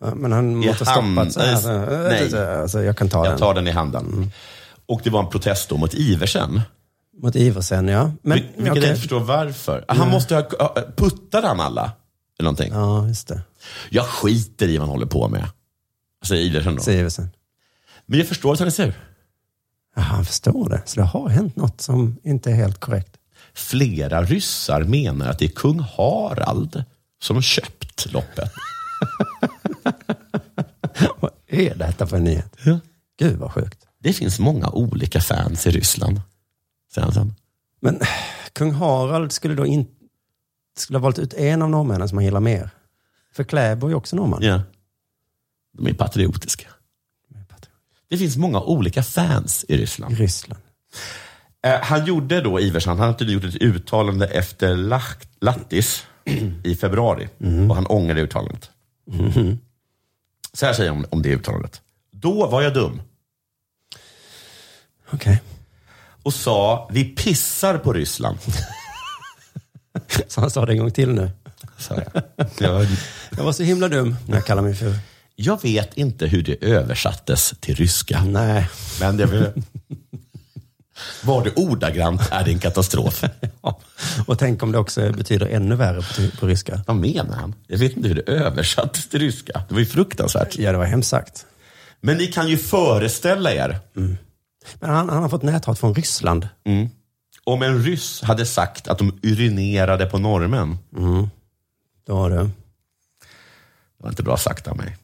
[SPEAKER 6] Ja, Men han måste ha stoppat sig.
[SPEAKER 9] Nej,
[SPEAKER 6] Alltså,
[SPEAKER 9] nej.
[SPEAKER 6] alltså, jag kan ta
[SPEAKER 9] jag
[SPEAKER 6] den.
[SPEAKER 9] tar den i handen. Och det var en protest då mot Iversen.
[SPEAKER 6] Mot Iversen, ja. Men,
[SPEAKER 9] Vil- vilket
[SPEAKER 6] okej. Mm.
[SPEAKER 9] jag inte förstår varför. Han måste ha, puttade han alla? Eller någonting?
[SPEAKER 6] Ja, just det.
[SPEAKER 9] Jag skiter i vad han håller på med. Säger Iversen då.
[SPEAKER 6] Säger Iversen.
[SPEAKER 9] Men jag förstår att han är sur.
[SPEAKER 6] Ja, han förstår det. Så det har hänt något som inte är helt korrekt.
[SPEAKER 9] Flera ryssar menar att det är kung Harald som köpt loppet.
[SPEAKER 6] Vad är detta för en nyhet? Gud vad sjukt.
[SPEAKER 9] Det finns många olika fans i Ryssland. Säger han sen.
[SPEAKER 6] Men kung Harald skulle då inte... Skulle ha valt ut en av norrmännen som han gillar mer. För Kläbo är ju också norrman.
[SPEAKER 9] Ja. De är patriotiska. Det finns många olika fans i Ryssland.
[SPEAKER 6] Ryssland.
[SPEAKER 9] Eh, Han gjorde då, Iversen, han hade tydligen gjort ett uttalande efter Laht- Lattis i februari. Och han ångrade uttalandet. Mhm. Så här säger han om- om det uttalandet. Då var jag dum.
[SPEAKER 6] Okej.
[SPEAKER 9] och sa vi pissar på Ryssland.
[SPEAKER 6] Så han sa det en gång till nu.
[SPEAKER 9] Sa jag. Jag,
[SPEAKER 6] Jag var så himla dum när jag kallade mig för...
[SPEAKER 9] jag vet inte hur det översattes till ryska.
[SPEAKER 6] Nej.
[SPEAKER 9] Men det var, var det ordagrant är det en katastrof.
[SPEAKER 6] Och tänk om det också betyder ännu värre på, på ryska.
[SPEAKER 9] Vad menar han? Jag vet inte hur det översattes till ryska. Det var ju fruktansvärt.
[SPEAKER 6] Ja, det var hemskt sagt.
[SPEAKER 9] Men ni kan ju föreställa er
[SPEAKER 6] Men han, han har fått näthat från Ryssland.
[SPEAKER 9] om en ryss hade sagt att de urinerade på normen.
[SPEAKER 6] Det var det.
[SPEAKER 9] Det var inte bra sagt av mig.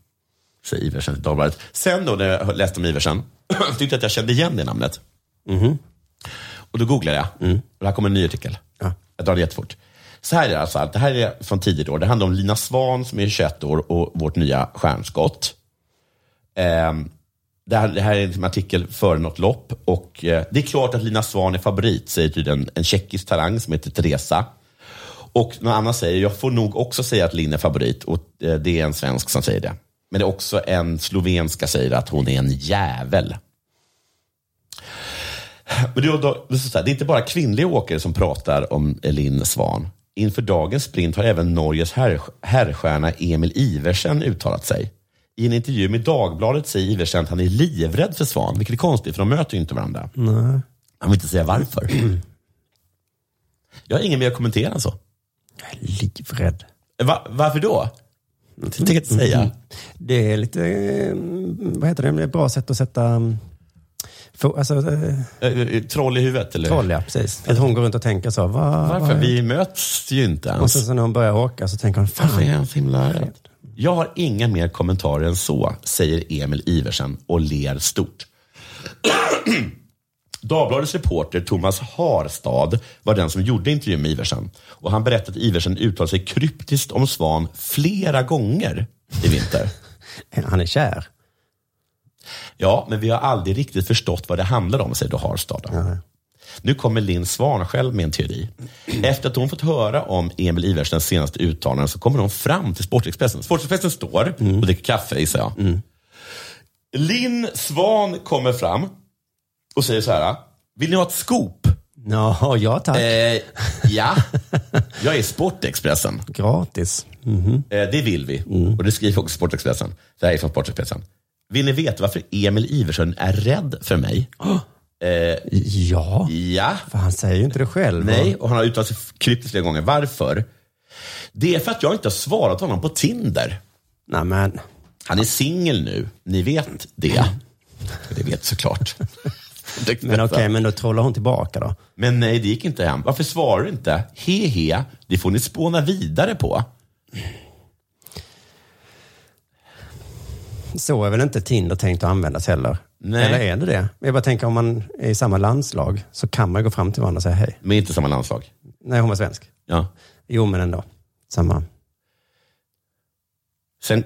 [SPEAKER 9] Säger Iversen i Dagbladet. Sen då när jag läste om Iversen, tyckte jag att jag kände igen det namnet. Och då googlade jag. Och här kommer en ny artikel. Jag drar det jättefort. Så här är det alltså. allt. Det här är från tidigare år. Det handlar om Lina Svan som är 21 år och vårt nya stjärnskott. Ehm, det, här, det här är en artikel före något lopp. Och, eh, det är klart att Lina Svan är favorit, säger tydligen en tjeckisk talang som heter Teresa. Och någon annan säger, jag får nog också säga att Linn är favorit. Och eh, det är en svensk som säger det. Men det är också en slovenska som säger att hon är en jävel. Men det, är då, det är så här, det är inte bara kvinnliga åkare som pratar om Linn Svan. Inför dagens sprint har även Norges herr, herrstjärna Emil Iversen uttalat sig. I en intervju med Dagbladet säger Iversen att han är livrädd för Svan, vilket är konstigt för de möter ju inte varandra.
[SPEAKER 6] Nej.
[SPEAKER 9] Han vill inte säga varför. Jag har ingen mer att kommentera alltså. än så.
[SPEAKER 6] Jag är livrädd. Mm.
[SPEAKER 9] Va, varför då? Det tänker jag inte säga.
[SPEAKER 6] Det är lite, eh, vad heter det, det är ett bra sätt att sätta... mm, För, alltså, eh,
[SPEAKER 9] Eh, Troll i huvudet, eller?
[SPEAKER 6] Troll, ja, precis. Att hon går runt och tänker så. Va,
[SPEAKER 9] Varför? Vi möts ju inte
[SPEAKER 6] Och
[SPEAKER 9] ens.
[SPEAKER 6] sen så när hon börjar åka så tänker hon, fan.
[SPEAKER 9] Varför är han så himla rädd? Jag har inga mer kommentarer än så, säger Emil Iversen och ler stort. Dagbladets reporter Thomas Harstad var den som gjorde intervjun med Iversen. Och han berättade att Iversen uttalade sig kryptiskt om Svan flera gånger i vinter.
[SPEAKER 6] Han är kär.
[SPEAKER 9] Ja, men vi har aldrig riktigt förstått vad det handlar om, säger då Harstad. Nu kommer Linn Svan själv med en teori. Efter att hon fått höra om Emil Iversens senaste uttalande så kommer hon fram till Sportexpressen. Sportexpressen står och dricker kaffe, gissar jag. Linn Svan kommer fram och säger så här. Vill ni ha ett scoop?
[SPEAKER 6] Ja, ja tack.
[SPEAKER 9] Eh, ja, jag är Sportexpressen.
[SPEAKER 6] Gratis. Mhm.
[SPEAKER 9] Eh, Det vill vi. Och det skriver också Sportexpressen. Det här är från Sportexpressen. Vill ni veta varför Emil Iversson är rädd för mig?
[SPEAKER 6] ja.
[SPEAKER 9] Ja.
[SPEAKER 6] För han säger ju inte det själv.
[SPEAKER 9] Nej, och han har uttalat sig kryptiskt flera gånger. Varför? Det är för att jag inte har svarat honom på Tinder.
[SPEAKER 6] Nej, men.
[SPEAKER 9] Han är singel nu. Ni vet det. Det vet såklart.
[SPEAKER 6] Men okej, men då trollar hon tillbaka då.
[SPEAKER 9] Men nej, det gick inte hem. Varför svarar du inte? Hehe, det får ni spåna vidare på.
[SPEAKER 6] Så är väl inte Tinder tänkt att användas heller?
[SPEAKER 9] Nej.
[SPEAKER 6] Eller är det det? Jag bara tänker om man är i samma landslag så kan man gå fram till varandra och säga hej.
[SPEAKER 9] Men inte samma landslag.
[SPEAKER 6] Nej, hon var svensk.
[SPEAKER 9] Ja.
[SPEAKER 6] Jo, men ändå. Samma.
[SPEAKER 9] Sen,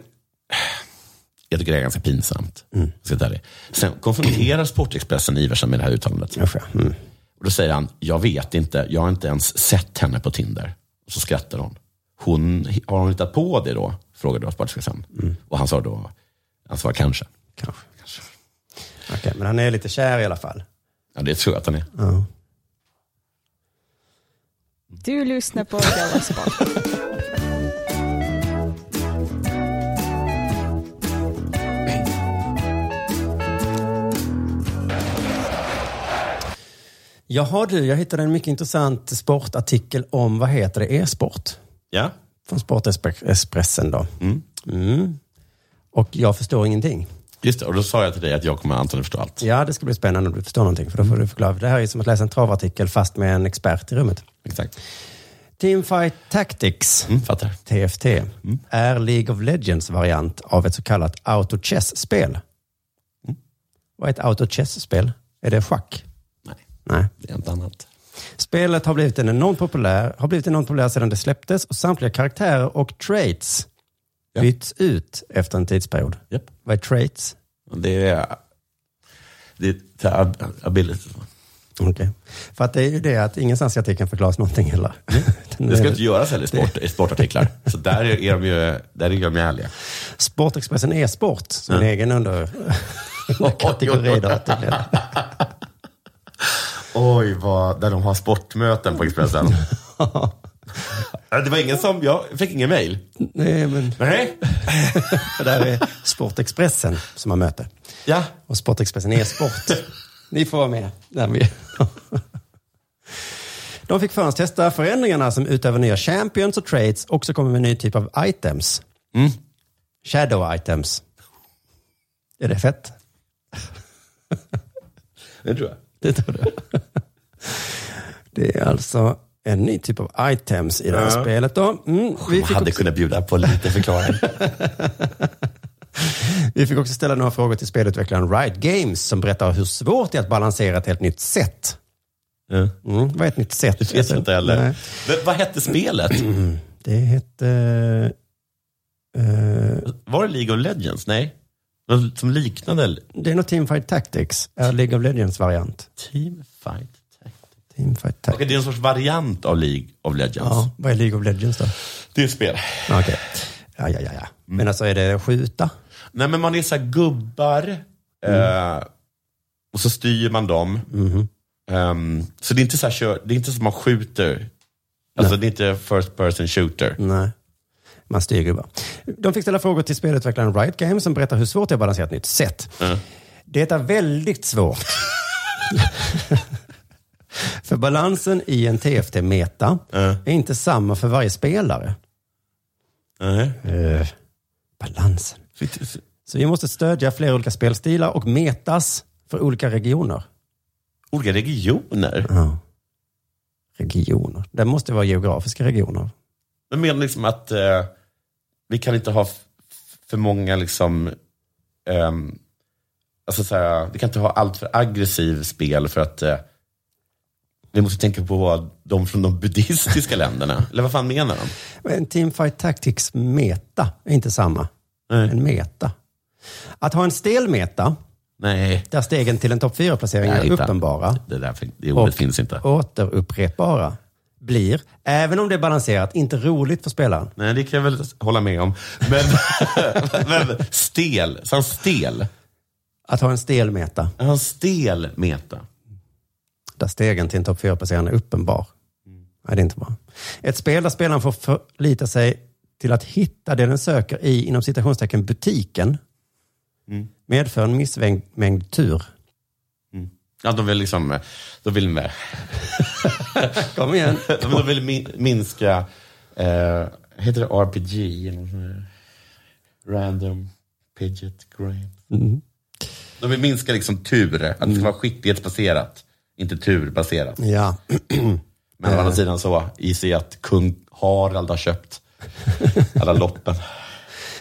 [SPEAKER 9] jag tycker det är ganska pinsamt. Mm. Det. Sen konfronterar Sportexpressen Iversen med det här uttalandet.
[SPEAKER 6] Mm,
[SPEAKER 9] Och då säger han, jag vet inte, jag har inte ens sett henne på Tinder. Och så skrattar hon. hon har hon hittat på det då? Frågade då Sportexpressen. Och han sa då, han svarade kanske.
[SPEAKER 6] Kanske. Okej, men han är lite kär i alla fall.
[SPEAKER 9] Ja, det tror jag att han är.
[SPEAKER 6] Ja.
[SPEAKER 17] Du lyssnar på Della Sport.
[SPEAKER 6] Jaha du, jag hittade en mycket intressant sportartikel om, vad heter det, e-sport?
[SPEAKER 9] Ja.
[SPEAKER 6] Från Sportexpressen då. Mm. Och jag förstår ingenting.
[SPEAKER 9] Just det, och då sa jag till dig att jag kommer antagligen förstå allt.
[SPEAKER 6] Ja, det ska bli spännande om du förstår någonting, för då
[SPEAKER 9] Mm.
[SPEAKER 6] får du förklara. Det här är som att läsa en travartikel fast med en expert i rummet.
[SPEAKER 9] Exakt. Mm.
[SPEAKER 6] Teamfight Tactics, TFT, är League of Legends variant av ett så kallat autochess-spel.
[SPEAKER 9] Mm.
[SPEAKER 6] Vad är ett autochess-spel? Är det schack? Nej. Nej.
[SPEAKER 9] Det är inte annat.
[SPEAKER 6] Spelet har blivit en enormt populär, har blivit enormt populär sedan det släpptes och samtliga karaktärer och traits byts ut efter en tidsperiod. Vad är traits?
[SPEAKER 9] Det är, det är så här ab- ability.
[SPEAKER 6] Okej. För att det är ju det att ingenstans i artikeln förklaras någonting heller.
[SPEAKER 9] Mm. Det ska inte göras heller i, sport, i sportartiklar. Så där är de ju, där är de ju ärliga.
[SPEAKER 6] Sportexpressen E-sport, som en egen under kategori då. artikeln.
[SPEAKER 9] Oj, vad, där de har sportmöten på Expressen. Ja, det var ingen som, jag fick ingen mail.
[SPEAKER 6] Nej, men...
[SPEAKER 9] Nej.
[SPEAKER 6] Det där är Sportexpressen som man möter.
[SPEAKER 9] Ja.
[SPEAKER 6] Och Sportexpressen E-sport. Ni får vara med. Där vi- De fick förhands testa förändringarna som utöver nya champions och trades också kommer med en ny typ av items.
[SPEAKER 9] Mm.
[SPEAKER 6] Shadow items. Är det fett?
[SPEAKER 9] Det tror jag.
[SPEAKER 6] Det tror du? Det är alltså en ny typ av items i det här
[SPEAKER 9] Ja.
[SPEAKER 6] spelet. Då. Mm, vi,
[SPEAKER 9] De
[SPEAKER 6] fick
[SPEAKER 9] hade
[SPEAKER 6] också,
[SPEAKER 9] kunnat bjuda på lite förklaring.
[SPEAKER 6] vi fick också ställa några frågor till spelutvecklaren Riot Games som berättar hur svårt det är att balansera ett helt nytt set.
[SPEAKER 9] Mm.
[SPEAKER 6] vad är ett nytt set? Alltså,
[SPEAKER 9] Det vet jag inte heller.
[SPEAKER 6] Nej.
[SPEAKER 9] Men vad hette spelet?
[SPEAKER 6] Det hette... eh,
[SPEAKER 9] Var det League of Legends? Nej? Något som liknade?
[SPEAKER 6] det är nog Teamfight Tactics, är League of Legends-variant.
[SPEAKER 9] Teamfight?
[SPEAKER 6] Teamfight Tactics.
[SPEAKER 9] Okej, det är en sorts variant av League of Legends.
[SPEAKER 6] Ja, vad är League of Legends då?
[SPEAKER 9] Det är ett spel.
[SPEAKER 6] Okej. Ja, ja, ja,
[SPEAKER 9] Mm.
[SPEAKER 6] ja. Men alltså är det skjuta?
[SPEAKER 9] Nej, men man är så här gubbar. Eh, och så styr man dem.
[SPEAKER 6] Mhm.
[SPEAKER 9] Ehm, så det är inte så här, kör- det är inte som man skjuter. Alltså det är inte first person shooter.
[SPEAKER 6] Nej. Man styr gubbar. De fick ställa frågor till spelutvecklaren Riot Games som berättar hur svårt det är att balansera ett nytt set. Det är väldigt svårt. för balansen i en TFT-meta
[SPEAKER 9] Eh,
[SPEAKER 6] är inte samma för varje spelare. Eh, balansen. Så vi måste stödja flera olika spelstilar och metas för olika regioner.
[SPEAKER 9] Olika regioner?
[SPEAKER 6] Ja. Regioner. Det måste vara geografiska regioner.
[SPEAKER 9] Jag menar liksom att eh, vi kan inte ha f- för många liksom... ehm, alltså så här, vi kan inte ha allt för aggressiv spel för att eh, vi måste tänka på de från de buddhistiska länderna. Eller vad fan menar de?
[SPEAKER 6] En Teamfight Tactics meta är inte samma. En meta. Att ha en stel meta,
[SPEAKER 9] Nej.
[SPEAKER 6] där stegen till en topp 4-placering
[SPEAKER 9] Nej,
[SPEAKER 6] är
[SPEAKER 9] inte.
[SPEAKER 6] uppenbara
[SPEAKER 9] Det, där, fin- det ordet
[SPEAKER 6] Och-
[SPEAKER 9] finns inte.
[SPEAKER 6] återupprepbara, blir, även om det är balanserat, inte roligt för spelaren.
[SPEAKER 9] Nej, det kan jag väl hålla med om. Men, men stel. Så han stel.
[SPEAKER 6] Att ha en stel meta.
[SPEAKER 9] En stel meta.
[SPEAKER 6] Där stegen till en topp 4-placering är uppenbar. Nej, det är inte bra. Ett spel där spelaren får förlita sig till att hitta det den söker i, inom citationstecken, butiken, medför en missmängd tur.
[SPEAKER 9] Ja, de vill liksom... De vill med.
[SPEAKER 6] Kom igen.
[SPEAKER 9] Men de vill mi- minska... Eh, heter det RPG? eller något sånt där? Random Pidget Grain.
[SPEAKER 6] Mm.
[SPEAKER 9] De vill minska liksom tur. Att det ska vara skicklighetsbaserat. Inte turbaserat.
[SPEAKER 6] Ja.
[SPEAKER 9] Men
[SPEAKER 6] Eh.
[SPEAKER 9] å andra sidan så gissar jag att kung Harald har köpt alla loppen.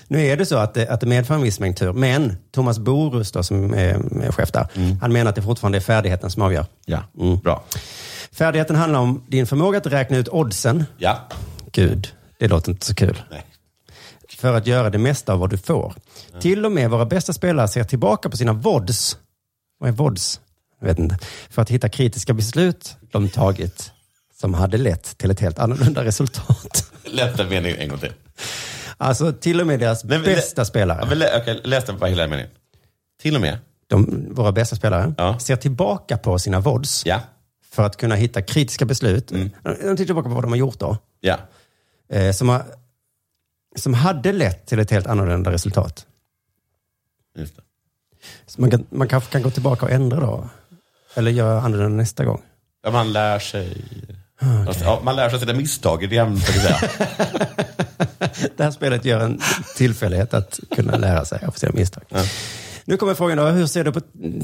[SPEAKER 6] Nu är det så att det, att det medför en viss mängd tur, men Thomas Borus då, som är, är chef där,
[SPEAKER 9] Mm.
[SPEAKER 6] han menar att det fortfarande är färdigheten som avgör.
[SPEAKER 9] Ja, bra.
[SPEAKER 6] Färdigheten handlar om din förmåga att räkna ut oddsen.
[SPEAKER 9] Ja.
[SPEAKER 6] Gud, det låter inte så kul. För att göra det mesta av vad du får. Till och med våra bästa spelare ser tillbaka på sina vods. Vad är vods? Jag vet inte. För att hitta kritiska beslut de tagit som hade lett till ett helt annorlunda resultat.
[SPEAKER 9] Läs den meningen en gång till.
[SPEAKER 6] Alltså till och med deras
[SPEAKER 9] Nej, men lä-
[SPEAKER 6] bästa spelare.
[SPEAKER 9] Ja, men lä- okej, läs den bara hela meningen. Till och med.
[SPEAKER 6] de, våra bästa spelare, ser tillbaka på sina vods för att kunna hitta kritiska beslut.
[SPEAKER 9] Mm.
[SPEAKER 6] De de tittar tillbaka på vad de har gjort då.
[SPEAKER 9] Ja.
[SPEAKER 6] Eh, som, har, som hade lett till ett helt annorlunda resultat.
[SPEAKER 9] Just det.
[SPEAKER 6] Så man, kan, man kanske kan gå tillbaka och ändra då. Eller göra annorlunda nästa gång.
[SPEAKER 9] Ja, man lär sig. Alltså, ja, man lär sig sina misstag i det ämnet, kan jag säga.
[SPEAKER 6] Det här spelet gör en tillfällighet att kunna lära sig av sina misstag. Nu kommer frågan då, hur ser du på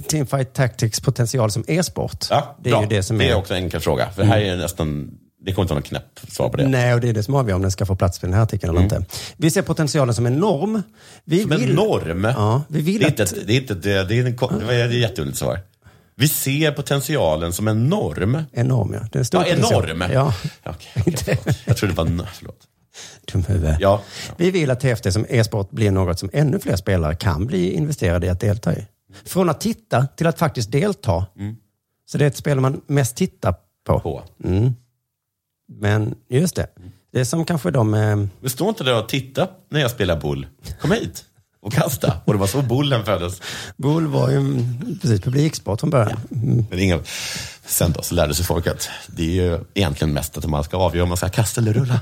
[SPEAKER 6] Teamfight Tactics potential som e-sport?
[SPEAKER 9] Ja,
[SPEAKER 6] det är
[SPEAKER 9] bra.
[SPEAKER 6] ju det som
[SPEAKER 9] det
[SPEAKER 6] är... Mm.
[SPEAKER 9] är också en enkel fråga. För här är det nästan, det kommer inte vara någon knäpp svar på det. Mm.
[SPEAKER 6] Nej, och det är det som avgör om den ska få plats i den här artikeln eller inte. Vi ser potentialen som en norm. Vi
[SPEAKER 9] Som en
[SPEAKER 6] vill...
[SPEAKER 9] norm.
[SPEAKER 6] Ja, vi vill
[SPEAKER 9] det, är
[SPEAKER 6] att...
[SPEAKER 9] inte, ett- det är inte det, det är en kort, det var- det är ett jätteunderligt svar. Vi ser potentialen som en norm.
[SPEAKER 6] Enorm, ja. Det är en stor
[SPEAKER 9] Ja,
[SPEAKER 6] potential.
[SPEAKER 9] enorm.
[SPEAKER 6] Ja,
[SPEAKER 9] Okej, okej, förlåt. Jag trodde det var nö, förlåt.
[SPEAKER 6] dumhuvud.
[SPEAKER 9] Ja.
[SPEAKER 6] Vi vill att TFT som e-sport blir något som ännu fler spelare kan bli investerade i att delta i. Från att titta till att faktiskt delta.
[SPEAKER 9] Mm.
[SPEAKER 6] Så det är ett spel man mest tittar på. Mm. Men just det. Det är som kanske de... Eh,
[SPEAKER 9] Men stå inte där och titta när jag spelar boll. Kom hit och kasta. Och det var så bollen föddes.
[SPEAKER 6] Bull var ju mm, precis publiksport från början. Mm.
[SPEAKER 9] Men inga, sen då så lärde sig folk att det är ju egentligen mest att man ska avgöra om man ska kasta eller rulla.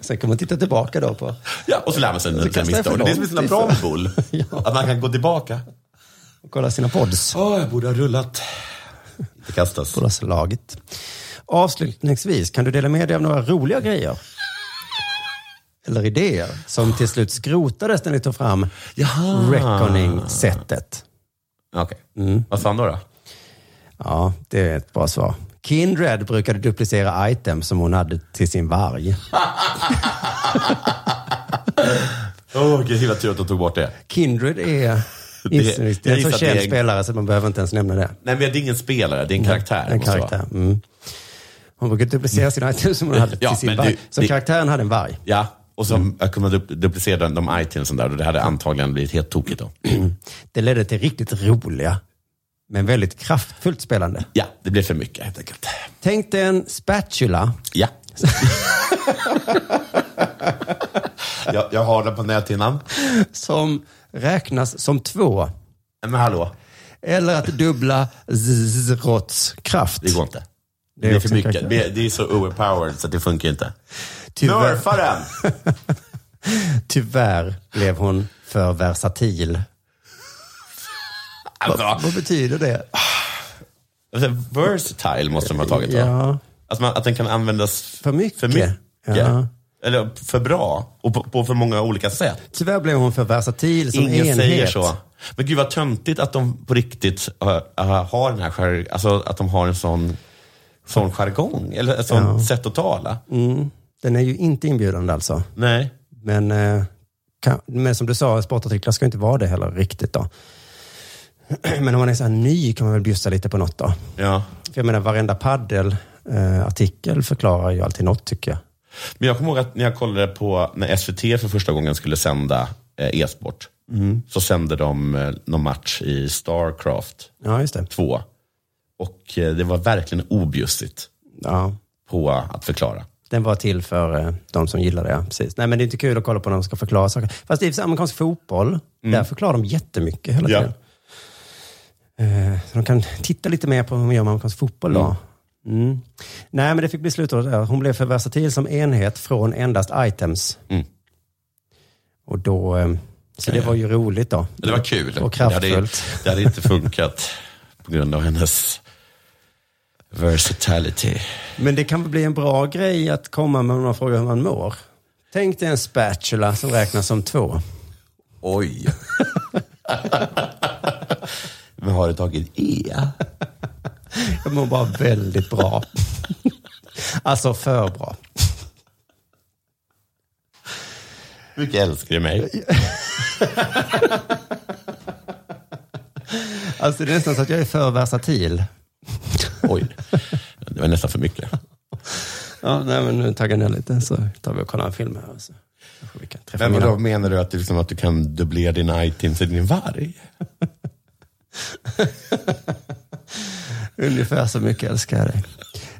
[SPEAKER 6] Sen kan man titta tillbaka då på...
[SPEAKER 9] Ja, och så lär man sig
[SPEAKER 6] Så
[SPEAKER 9] sina
[SPEAKER 6] kastar jag
[SPEAKER 9] misstag.
[SPEAKER 6] för
[SPEAKER 9] Det är som är så
[SPEAKER 6] långt
[SPEAKER 9] bra med
[SPEAKER 6] ifrån.
[SPEAKER 9] boll. Att man kan gå tillbaka.
[SPEAKER 6] och kolla sina pods.
[SPEAKER 9] Åh, jag borde ha rullat. Det kastas.
[SPEAKER 6] Kolla slaget. Avslutningsvis, kan du dela med dig av några roliga grejer? Eller idéer som till slut skrotades när ni tog fram
[SPEAKER 9] Jaha.
[SPEAKER 6] Reckoning-sättet?
[SPEAKER 9] Mm. Okej. Vad sa han då? då?
[SPEAKER 6] Ja, det är ett bra svar. Kindred brukade duplicera items som hon hade till sin varg.
[SPEAKER 9] Åh, oh, gud, himla tur att de tog bort det.
[SPEAKER 6] Kindred är
[SPEAKER 9] Det-
[SPEAKER 6] inställnings- det är
[SPEAKER 9] jag
[SPEAKER 6] en så
[SPEAKER 9] gissar att
[SPEAKER 6] känd
[SPEAKER 9] det är-
[SPEAKER 6] spelare så man behöver inte ens nämna det.
[SPEAKER 9] Nej, men det är ingen spelare, det är en karaktär.
[SPEAKER 6] En
[SPEAKER 9] måste det vara.
[SPEAKER 6] karaktär. Mm. Hon brukade duplicera sina items som hon hade
[SPEAKER 9] Ja,
[SPEAKER 6] till sin
[SPEAKER 9] men
[SPEAKER 6] varg.
[SPEAKER 9] det-
[SPEAKER 6] så
[SPEAKER 9] det-
[SPEAKER 6] karaktären hade en varg.
[SPEAKER 9] Ja, och så jag kunde du- duplicera de itemsen där och det hade antagligen blivit helt tokigt då.
[SPEAKER 6] Det ledde till riktigt roliga, men väldigt kraftfullt spelande.
[SPEAKER 9] Ja, det blev för mycket helt enkelt.
[SPEAKER 6] Tänk dig en spatula.
[SPEAKER 9] Ja. jag, jag har den på näthinnan.
[SPEAKER 6] Som räknas som två.
[SPEAKER 9] Men hallå,
[SPEAKER 6] Eller att dubbla Zrots kraft.
[SPEAKER 9] det går inte.
[SPEAKER 6] Det
[SPEAKER 9] Det
[SPEAKER 6] är
[SPEAKER 9] är,
[SPEAKER 6] också
[SPEAKER 9] för mycket.
[SPEAKER 6] karaktär.
[SPEAKER 9] Det, är- det är så overpowered så att det funkar inte.
[SPEAKER 6] Tyvärr.
[SPEAKER 9] Nerfa den!
[SPEAKER 6] Tyvärr blev hon för versatil.
[SPEAKER 9] Alltså,
[SPEAKER 6] Vad betyder det?
[SPEAKER 9] alltså, versatile måste de ha tagit va?
[SPEAKER 6] Ja.
[SPEAKER 9] Att, man, att den kan användas för mycket.
[SPEAKER 6] Ja.
[SPEAKER 9] Eller för bra och på, på för många olika sätt.
[SPEAKER 6] Tyvärr blev hon för versatil som
[SPEAKER 9] Ingen
[SPEAKER 6] enhet.
[SPEAKER 9] säger så. Men gud vad töntigt att de på riktigt äh, äh, har den här skär, alltså att de har en sån, sån jargong, eller ett sånt
[SPEAKER 6] Ja.
[SPEAKER 9] sätt att tala.
[SPEAKER 6] Mm. Den är ju inte inbjudande alltså.
[SPEAKER 9] Nej.
[SPEAKER 6] Men, eh, kan, men som du sa, sportartiklar ska inte vara det heller riktigt då. Men om man är så här ny kan man väl bjussa lite på något då.
[SPEAKER 9] Ja.
[SPEAKER 6] För jag menar, varenda paddelartikel förklarar ju alltid något tycker jag.
[SPEAKER 9] Men jag kommer ihåg att när jag kollade på när SVT för första gången skulle sända eh, e-sport,
[SPEAKER 6] Mm.
[SPEAKER 9] så sände de eh, någon match i Starcraft
[SPEAKER 6] Ja, just det.
[SPEAKER 9] 2. Och eh, det var verkligen objussigt
[SPEAKER 6] Ja.
[SPEAKER 9] på att förklara.
[SPEAKER 6] Den var till för eh, de som gillar det, ja. precis. Nej, men det är inte kul att kolla på när de ska förklara saker. Fast i och för sig, amerikansk fotboll, där förklarar de jättemycket hela
[SPEAKER 9] Mm. Ja.
[SPEAKER 6] tiden. Eh, Så de kan titta lite mer på hur man gör med amerikansk fotboll då. Mm. Nej, men det fick bli slutrådet där. Hon blev för versatil som enhet från endast items.
[SPEAKER 9] Mm.
[SPEAKER 6] Och då, eh, så det var ju roligt då.
[SPEAKER 9] Men Det var kul.
[SPEAKER 6] Och
[SPEAKER 9] Det hade,
[SPEAKER 6] kraftfullt.
[SPEAKER 9] det hade inte funkat på grund av hennes versatility.
[SPEAKER 6] Men det kan väl bli en bra grej att komma med några frågor hur man mår. Tänk dig en spatula som räknas som två.
[SPEAKER 9] Oj. Men har du tagit E?
[SPEAKER 6] Jag mår bara väldigt bra. Alltså för bra.
[SPEAKER 9] Hur mycket älskar du mig?
[SPEAKER 6] Alltså det är nästan så att jag är för versatil.
[SPEAKER 9] Oj, det var nästan för mycket.
[SPEAKER 6] Ja, nej men nu taggar jag ner lite så tar vi och kollar en film här. och Så. kanske Vi kan träffa
[SPEAKER 9] Men
[SPEAKER 6] mina-
[SPEAKER 9] vadå, menar du att, det liksom, att du kan dubblera dina items till din varg?
[SPEAKER 6] Ungefär så mycket älskar jag dig.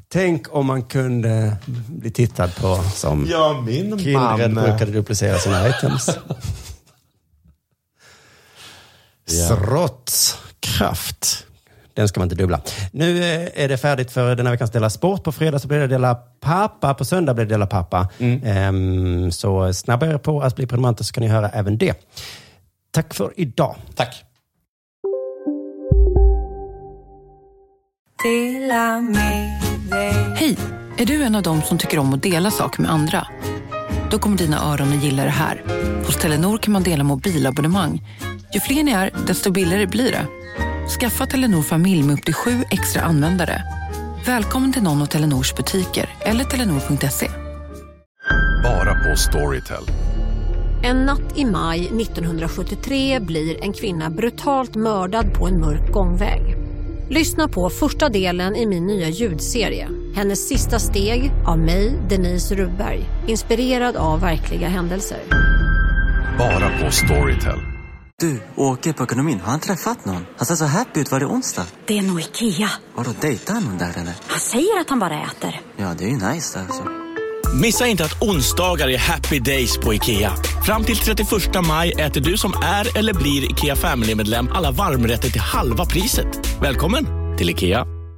[SPEAKER 6] Tänk om man kunde bli tittad på som
[SPEAKER 9] Ja, min
[SPEAKER 6] Kindred
[SPEAKER 9] man.
[SPEAKER 6] brukade duplicera sina items.
[SPEAKER 9] Ja.
[SPEAKER 6] Srots kraft. Den ska man inte dubbla. Nu eh, är det färdigt för den här veckans Dela Sport. På fredag så blir det Dela Pappa. På söndag blir det Dela Pappa.
[SPEAKER 9] Mm.
[SPEAKER 6] Ehm, så snabba er på att bli prenumeranter så kan ni höra även det. Tack för idag.
[SPEAKER 9] Tack.
[SPEAKER 12] Hej! Är du en av dem som tycker om att dela saker med andra? Då kommer dina öron att gilla det här. Hos Telenor kan man dela mobilabonnemang. Ju fler ni är, desto billigare blir det. Skaffa Telenor familj med upp till sju extra användare. Välkommen till någon av Telenors butiker eller telenor.se.
[SPEAKER 19] Bara på Storytel.
[SPEAKER 20] En natt i maj 1973 blir en kvinna brutalt mördad på en mörk gångväg. Lyssna på första delen i min nya ljudserie. Hennes sista steg av mig, Denise Rubberg. Inspirerad av verkliga händelser.
[SPEAKER 19] Bara på Storytel.
[SPEAKER 21] Du, åker på ekonomin. Har han träffat någon? Han ser så happy ut. Var det onsdag?
[SPEAKER 22] Det är nog Ikea.
[SPEAKER 21] Har du dejtar han någon där eller?
[SPEAKER 22] Han säger att han bara äter.
[SPEAKER 21] Ja, det är ju nice alltså.
[SPEAKER 23] Missa inte att onsdagar är happy days på IKEA. Fram till 31 maj äter du som är eller blir IKEA Family-medlem alla varmrätter till halva priset. Välkommen till IKEA!